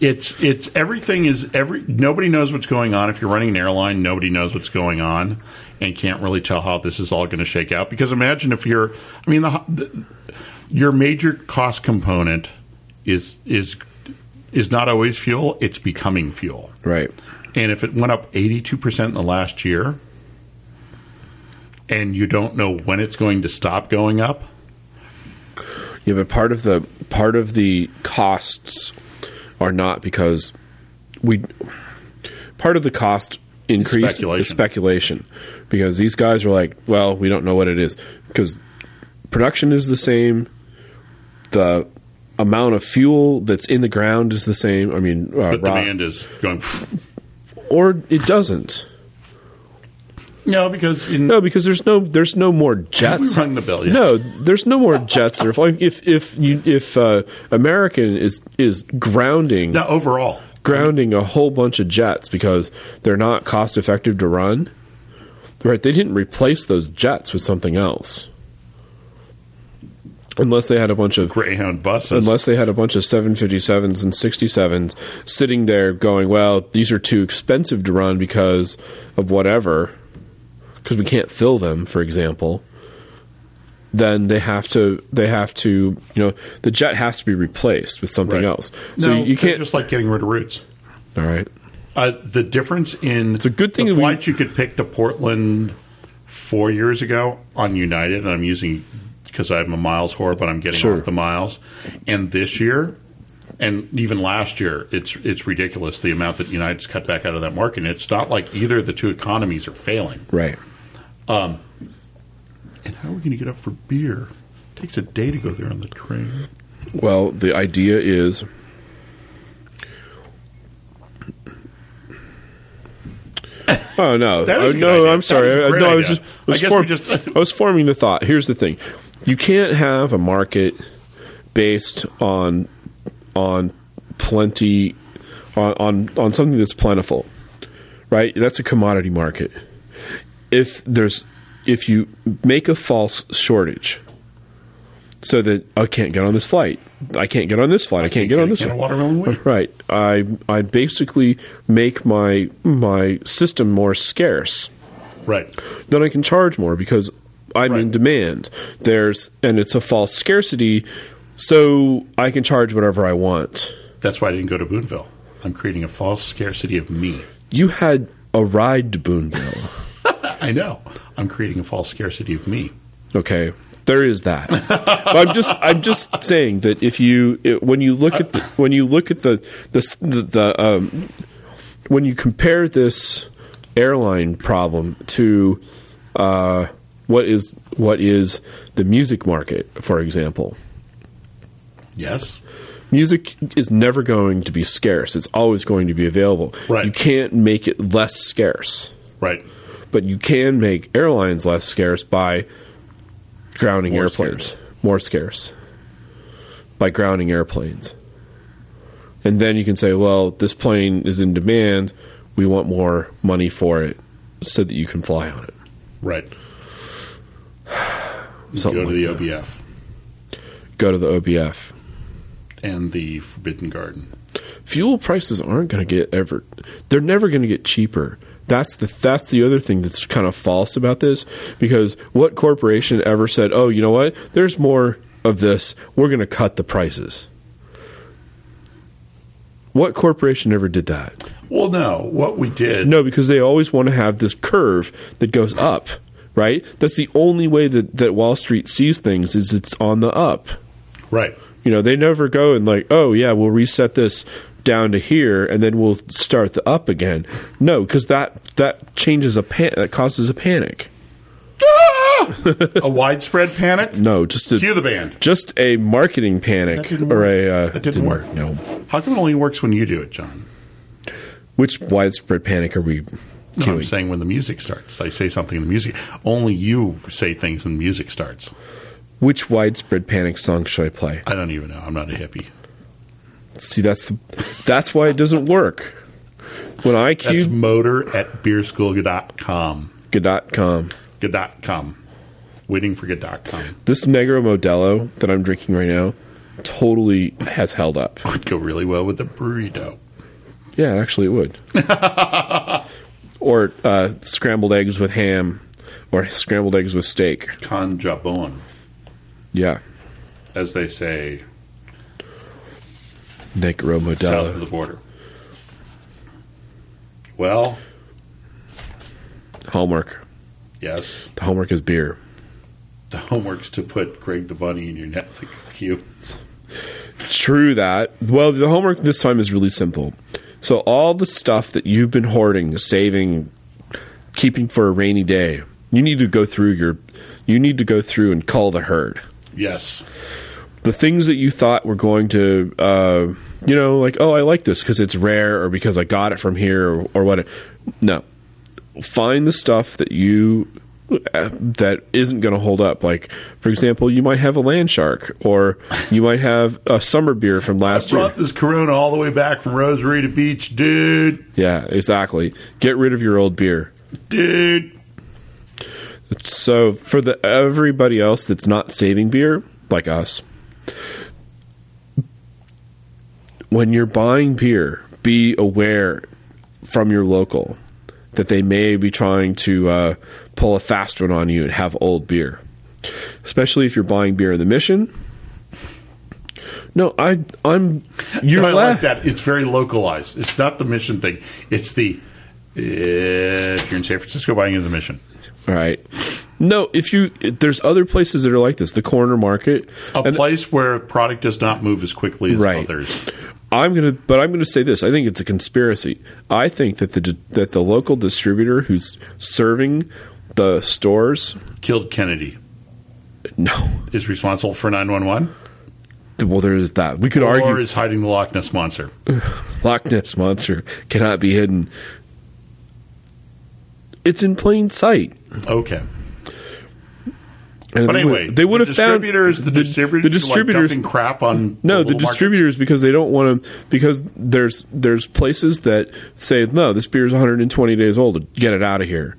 it's it's everything is every nobody knows what's going on if you're running an airline nobody knows what's going on and can't really tell how this is all going to shake out because imagine if you're i mean the, the your major cost component is is is not always fuel it's becoming fuel right. and if it went up 82% in the last year and you don't know when it's going to stop going up Yeah, but part of the part of the costs are not because we part of the cost increase Speculation. is speculation because these guys are like, well, we don't know what it is because production is the same, the amount of fuel that's in the ground is the same. I mean, uh, but raw- demand is going or it doesn't. no because in No, because there's no there's no more we jets. rung the bell yet? No, there's no more jets that are flying. If if you if uh, American is is grounding no overall grounding a whole bunch of jets because they're not cost effective to run. Right, they didn't replace those jets with something else. Unless they had a bunch of greyhound buses unless they had a bunch of 757s and 67s sitting there going, well, these are too expensive to run because of whatever, because we can't fill them, for example. Then they have to they have to you know the jet has to be replaced with something Right. else. So no, you, you they're can't. just like getting rid of routes. all right. Uh, the difference in it's a good thing the that we- flights you could pick to Portland four years ago on United, and I'm using because I'm a miles whore, but I'm getting Sure. off the miles. And this year, and even last year, it's it's ridiculous the amount that United's cut back out of that market. And it's not like either of the two economies are failing. Right. And how are we going to get up for beer? It takes a day to go there on the train. Well, the idea is Oh no! That is Oh, a good no, idea. I'm That sorry. is a I, great no, I was idea. just, I was I guess form- we just- I was forming the thought. Here's the thing: you can't have a market based on on plenty on on, on something that's plentiful, right? That's a commodity market. If there's if you make a false shortage, so that I can't get on this flight, I can't get on this flight, I can't get on a this can of one. watermelon wheat. Right. I I basically make my my system more scarce. Right. Then I can charge more because I'm in Right. demand. There's and it's a false scarcity, so I can charge whatever I want. That's why I didn't go to Boonville. I'm creating a false scarcity of me. You had a ride to Boonville. I know. I'm creating a false scarcity of me. Okay, there is that. But I'm just I'm just saying that if you it, when you look at the, when you look at the the s- the, the um, when you compare this airline problem to uh, what is what is the music market, for example. Yes. Music is never going to be scarce. It's always going to be available. Right. You can't make it less scarce, Right. but you can make airlines less scarce by grounding More airplanes. More scarce. By grounding airplanes. And then you can say, well, this plane is in demand. We want more money for it so that you can fly on it. Right. Something go to like the OBF that. Go to the OBF. and the Forbidden Garden. fuel prices aren't going to get ever they're never going to get cheaper that's the that's the other thing that's kind of false about this because what corporation ever said oh you know what there's more of this we're going to cut the prices what corporation ever did that Well, no. What we did. no because they always want to have this curve that goes up right that's the only way that, that wall street sees things is it's on the up Right. you know, they never go and like, oh yeah, we'll reset this down to here and then we'll start the up again. No, because that that changes a pan- that causes a panic. a widespread panic. No, just Cue a the band. just a marketing panic didn't or work. a uh, That didn't work. No, How come it only works when you do it, John? which widespread panic are we? No, I'm Queuing? saying when the music starts. I say something in the music. Only you say things when the music starts. which widespread panic song should I play? I don't even know. I'm not a hippie. See, that's the, that's why it doesn't work. When I That's cue motor at beerschool.com. com. Good.com. Waiting for good.com. this Negro Modelo that I'm drinking right now totally has held up. Would go really well with the burrito. Yeah, actually, it would. or uh, scrambled eggs with ham, or scrambled eggs with steak. Con jabon, Yeah, as they say Negro south Modelo. of the border. Well, Hallmark. yes. The hallmark is beer. The homework's to put Greg the Bunny in your Netflix queue. True that. Well, the homework this time is really simple. So all the stuff that you've been hoarding, saving, keeping for a rainy day, you need to go through your. You need to go through and call the herd. Yes. the things that you thought were going to, uh, you know, like, oh, I like this because it's rare or because I got it from here or, or what. No. Find the stuff that you uh, that isn't going to hold up like for example you might have a land shark or you might have a summer beer from last year Brought this Corona all the way back from Rosarita Beach, dude. yeah exactly get rid of your old beer Dude. so for the everybody else that's not saving beer like us when you're buying beer be aware from your local that they may be trying to uh, pull a fast one on you and have old beer especially if you're buying beer in the mission no i i'm you're I like laughing that. It's very localized. It's not the mission thing. It's the eh, if you're in San Francisco buying into the mission. All right. No, if you there's other places that are like this, the corner market. A place where product does not move as quickly as Right. others. I'm gonna, but I'm gonna say this. I think it's a conspiracy. I think that the that the local distributor who's serving the stores, Killed Kennedy no, is responsible for 911 well, there is that. We could or argue is hiding the Loch Ness monster. Loch Ness monster cannot be hidden. It's in plain sight. Okay. And But they would- anyway, they would the have found distributors, the, distributors, The who, like, distributors, dumping crap on no, the little markets. distributors because they don't want to because there's there's places that say no, this beer is 120 days old. Get it out of here.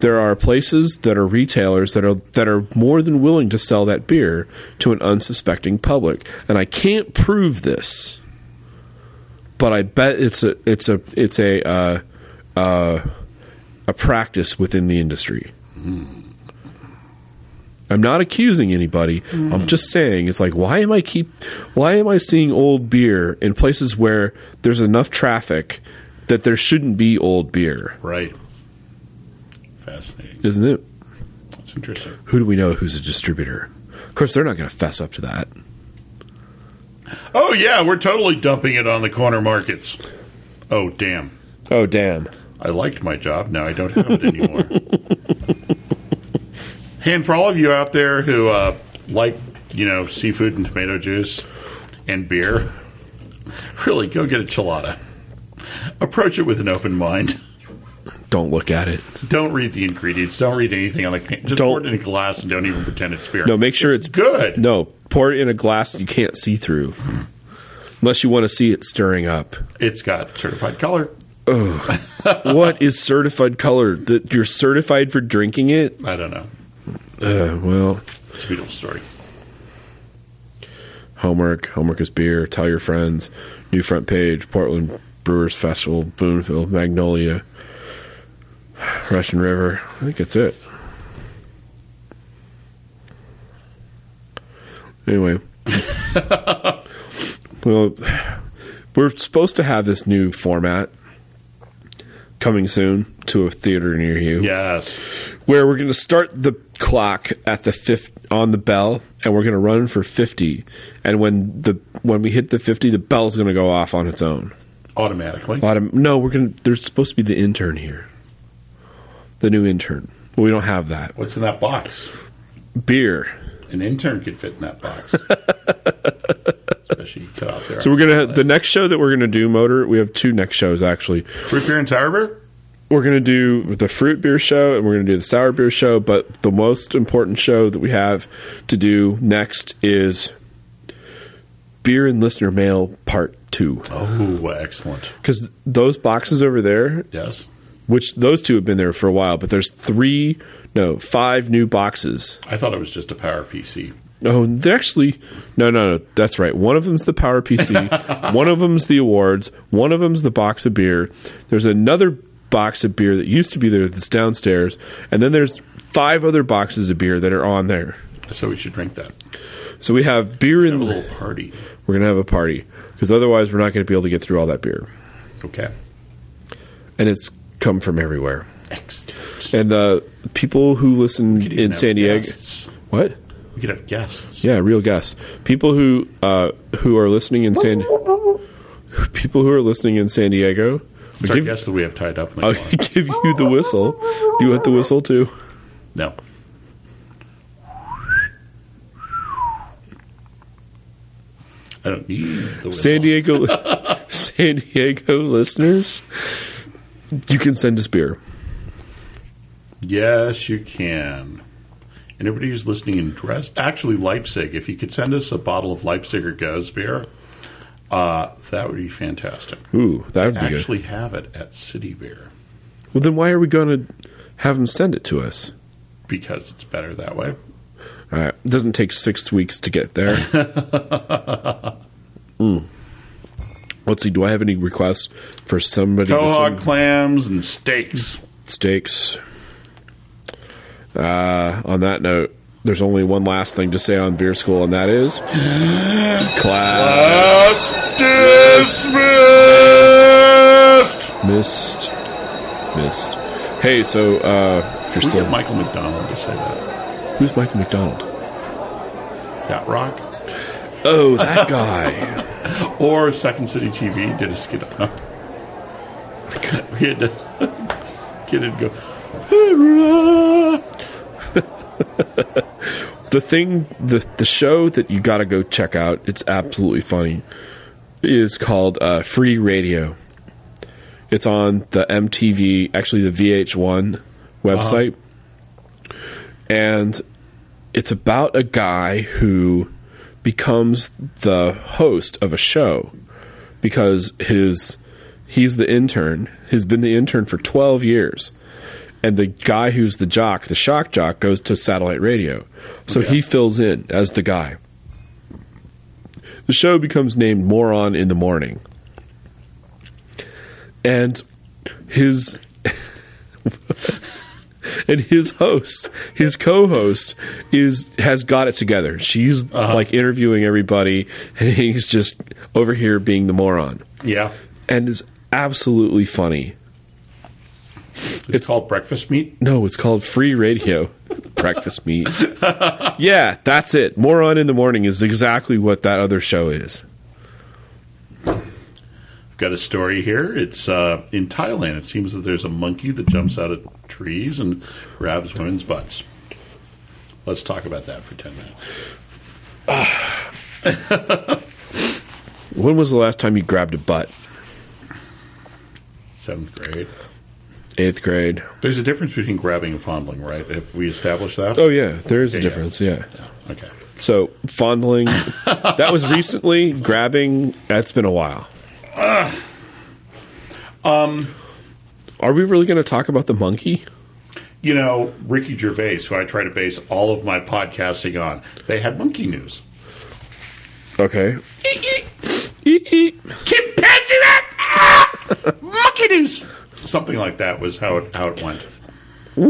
There are places that are retailers that are that are more than willing to sell that beer to an unsuspecting public, and I can't prove this, but I bet it's a it's a it's a uh, uh, a practice within the industry. I'm not accusing anybody. I'm just saying it's like why am I keep why am I seeing old beer in places where there's enough traffic that there shouldn't be old beer, Right. Fascinating. isn't it? That's interesting. Who do we know who's a distributor? Of course they're not going to fess up to that. Oh yeah, we're totally dumping it on the corner markets. Oh damn. Oh damn. I liked my job. Now I don't have it anymore. hey, and for all of you out there who uh, like, you know, seafood and tomato juice and beer, really go get a chilada. Approach it with an open mind. Don't look at it. Don't read the ingredients. Don't read anything on the can. Just Don't- pour it in a glass and don't even pretend it's beer. No, make sure it's, good. No, pour it in a glass you can't see through. Unless you want to see it stirring up. It's got certified color. what is certified color? That you're certified for drinking it? I don't know. Uh, well, It's a beautiful story. homework. Homework is beer. Tell your friends. New front page. Portland Brewers Festival. Boonville. Magnolia. Russian River. I think that's it. Anyway. well, we're supposed to have this new format coming soon to a theater near you Yes. where we're going to start the clock at the fifth on the bell and we're going to run for 50 and when the when we hit the 50 the bell's going to go off on its own Automatically. Autom- no we're going to there's supposed to be the intern here the new intern well, we don't have that What's in that box? beer An intern could fit in that box. Especially cut out there. so we're going to the next show that we're going to do motor we have two next shows actually Root beer and sour beer? we're going to do the fruit beer show and we're going to do the sour beer show but the most important show that we have to do next is beer and listener mail part two Oh, excellent. because those boxes over there Yes. which those two have been there for a while but there's three no five new boxes I thought it was just a power PC. oh they're actually no no no that's right one of them's the power pc one of them's the awards one of them's the box of beer there's another box of beer that used to be there that's downstairs and then there's five other boxes of beer that are on there So we should drink that. so we have beer Have a and we're little party. gonna have a party because otherwise we're not gonna be able to get through all that beer Okay. and it's come from everywhere Excellent. and the people who listen We could even in San have Diego. guests. What? We could have guests. Yeah, real guess. People who uh, who are listening in San people who are listening in San Diego. I It's our give, Oh, guests that we have tied up. In the I'll car. give you the whistle. Do you want the whistle too? No. I don't need the whistle. San Diego, San Diego listeners, you can send us beer. Yes, you can. Anybody who's listening in Dresden, actually Leipzig, if you could send us a bottle of Leipzig or Goes beer, uh, that would be fantastic. Ooh, that would be Actually, have it at City Beer good. Well, then why are we going to have them send it to us? because it's better that way. All right, it doesn't take six weeks to get there. Mm. Let's see. Do I have any requests for somebody? to Cohog send- clams and steaks. stakes. Uh, on that note, there's only one last thing to say on beer school, and that is class Dismissed. missed, missed. Hey, so uh, Who Understand? did Michael McDonald to say that? Who's Michael McDonald? That Rock? Oh, that guy. Or Second City TV did a skit on him. We had to get it and go, "Hoorah!" the thing, the the show that you got to go check out. It's absolutely funny. Is called uh, Free Radio. It's on the MTV, actually the VH1 website, and it's about a guy who becomes the host of a show because his he's the intern. He's been the intern for twelve years. and the guy who's the jock, the shock jock, goes to satellite radio. So he fills in as the guy. The show becomes named Moron in the Morning. And his and his host, his co-host is has got it together. She's like interviewing everybody and he's just over here being the moron Yeah. and is absolutely funny. It's, called Breakfast Meat. No, it's called free radio. Breakfast meat. yeah, that's it. Moron in the morning is exactly what that other show is. I've got a story here. It's uh, in Thailand. It seems that there's a monkey that jumps out of trees and grabs women's butts. Let's talk about that for 10 minutes. When was the last time you grabbed a butt? Seventh grade. Eighth grade. There's a difference between grabbing and fondling, right? If we establish that? Oh yeah, there is a Yeah, yeah. difference. Yeah. Okay. So fondling, that was recently. Grabbing, that's been a while. Um, are we really going to talk about the monkey? You know, Ricky Gervais, who I try to base all of my podcasting on, they had monkey news. Okay. Eek, eek. Chimpanzee rap! Ah! monkey news! Something like that was how it, how it went. So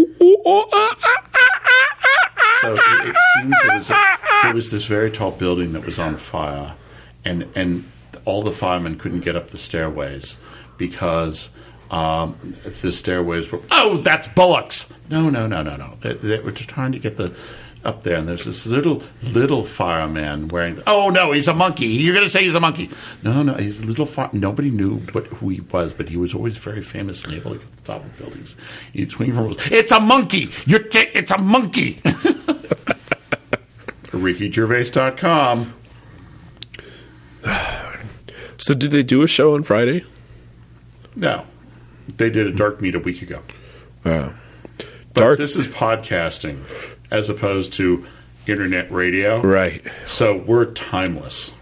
it, it seems there was, a, there was this very tall building that was on fire, and and all the firemen couldn't get up the stairways because um, the stairways were. Oh, that's bullocks! No, no, no, no, no. They, they were just trying to get the up there, and there's this little little fireman wearing. oh no, he's a monkey! You're going to say he's a monkey? No, no, he's a little fire. Nobody knew what who he was, but he was always very famous and able to get to the top of buildings. He'd swing from. It's a monkey! You're t- it's a monkey! RickyGervais.com. So did they do a show on Friday? No, they did a dark meet a week ago. Wow. But Oh. Dark. this is podcasting as opposed to internet radio. right. So we're timeless.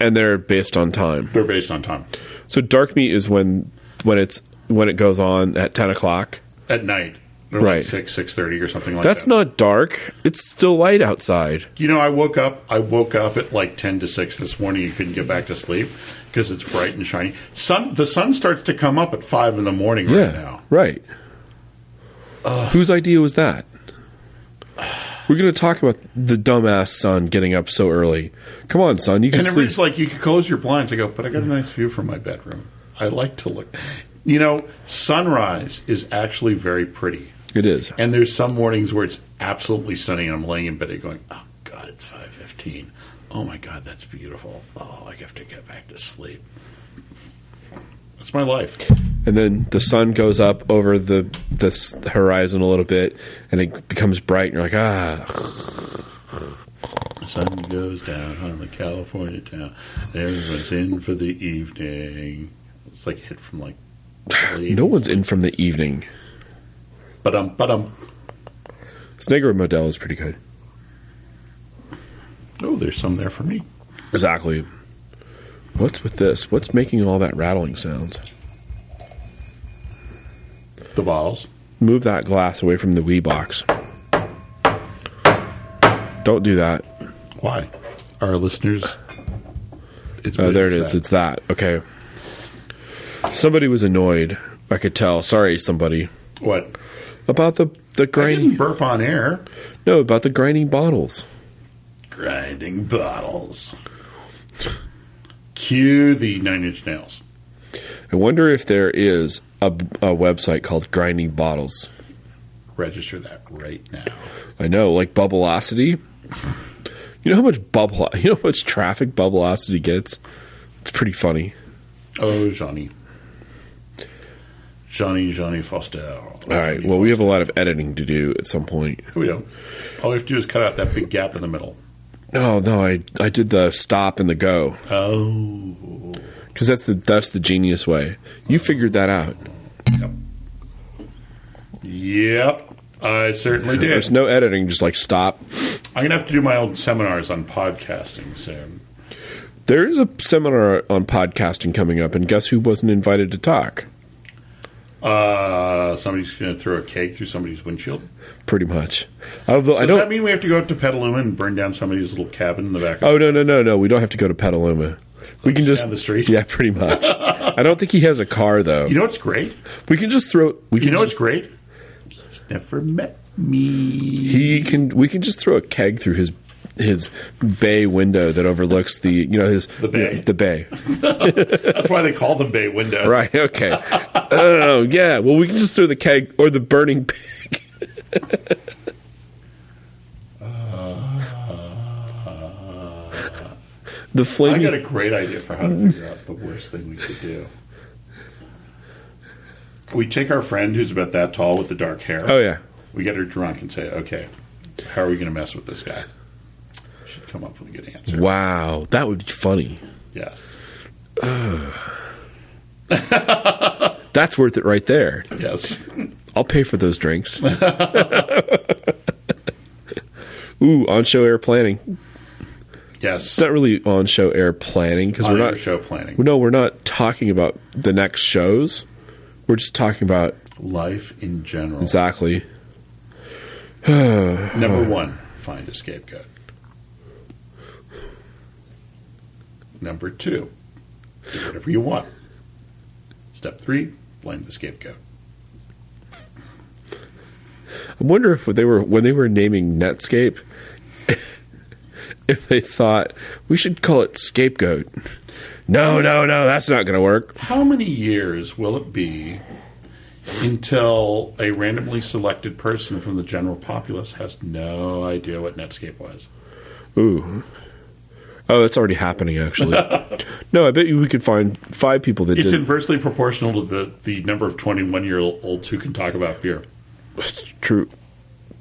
And they're based on time. They're based on time So dark meat is when when it's when it goes on at ten o'clock. at night. They're Right. like six six thirty or something like That's that. not dark. It's still light outside. You know, I woke up. I woke up at like ten to six this morning. and couldn't get back to sleep because it's bright and shiny. Sun. The sun starts to come up at five in the morning right now. Right. Whose idea was that? We're going to talk about the dumbass son getting up so early. Come on, son, you can And sleep. everybody's like, you could close your blinds. I go, but I got a nice view from my bedroom. I like to look. You know, sunrise is actually very pretty. It is. And there's some mornings where it's absolutely stunning, and I'm laying in bed going, oh, God, it's 5.15. Oh, my God, that's beautiful. Oh, I have to get back to sleep. That's my life. And then the sun goes up over the this horizon a little bit, and it becomes bright. And you're like, ah, The sun goes down on the California town. Everyone's in for the evening. It's like a hit from like... no one's in from the evening. But um, but um. Snigger Modell is pretty good. Oh, there's some there for me. Exactly. What's with this? What's making all that rattling sounds? The bottles. Move that glass away from the Wii box. Don't do that. Why? Our listeners. It's Oh, there it is. It's that. Okay. Somebody was annoyed. I could tell. Sorry, somebody. what? About the the I didn't grinding. burp on air. No, about the grinding bottles. Grinding bottles. Cue the Nine Inch Nails. I wonder if there is a, a website called Grinding Bottles. Register that right now. I know, like Bubblelocity. You know how much bubble, you know how much traffic Bubblelocity gets. It's pretty funny. Oh, Johnny. Johnny, Johnny Foster. All right. Well, we have a lot of editing to do at some point. we don't. All we have to do is cut out that big gap in the middle. No, no, I I did the stop and the go Oh. because that's the that's the genius way. You figured that out. Yep. Yep. I certainly did. There's no editing, just like stop. I'm going to have to do my old seminars on podcasting soon. There is a seminar on podcasting coming up, and guess who wasn't invited to talk? Uh, somebody's going to throw a cake through somebody's windshield. Pretty much. Although I Does don't. that mean we have to go up to Petaluma and burn down somebody's little cabin in the back? oh no no no no! We don't have to go to Petaluma. We can just down the street? Yeah, pretty much. I don't think he has a car though. You know what's great? We can just throw. We can You know just, what's great? He's never met me. he can. We can just throw a keg through his his bay window that overlooks the you know his the bay. the bay. That's why they call them bay windows. Right. Okay. oh yeah. Well, we can just throw the keg or the burning pig. the I flaming. got a great idea for how to figure out the worst thing we could do. We take our friend who's about that tall with the dark hair. oh yeah. We get her drunk and say, okay, how are we going to mess with this guy? Should come up with a good answer. Wow, that would be funny. Yes. That's worth it right there. Yes. I'll pay for those drinks. Ooh, on-show air planning. Yes. It's not really on-show air planning because we're On your not. show planning. No, we're not talking about the next shows. We're just talking about Life in general. exactly. Number one, find a scapegoat. Number two, do whatever you want. Step three, blame the scapegoat. I wonder if they were when they were naming Netscape, if they thought we should call it Scapegoat. No, no, no, that's not going to work. How many years will it be until a randomly selected person from the general populace has no idea what Netscape was? Ooh, oh, that's already happening. Actually, no, I bet you we could find five people that It's did. inversely proportional to the, the number of 21 year olds who can talk about beer. True.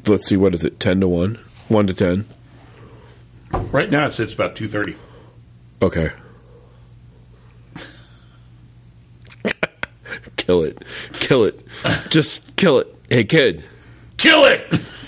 Let's see, what is it? Ten to one, one to ten. Right now, it's, it's about 230. Okay. kill it, kill it, just kill it. Hey, kid. Kill it!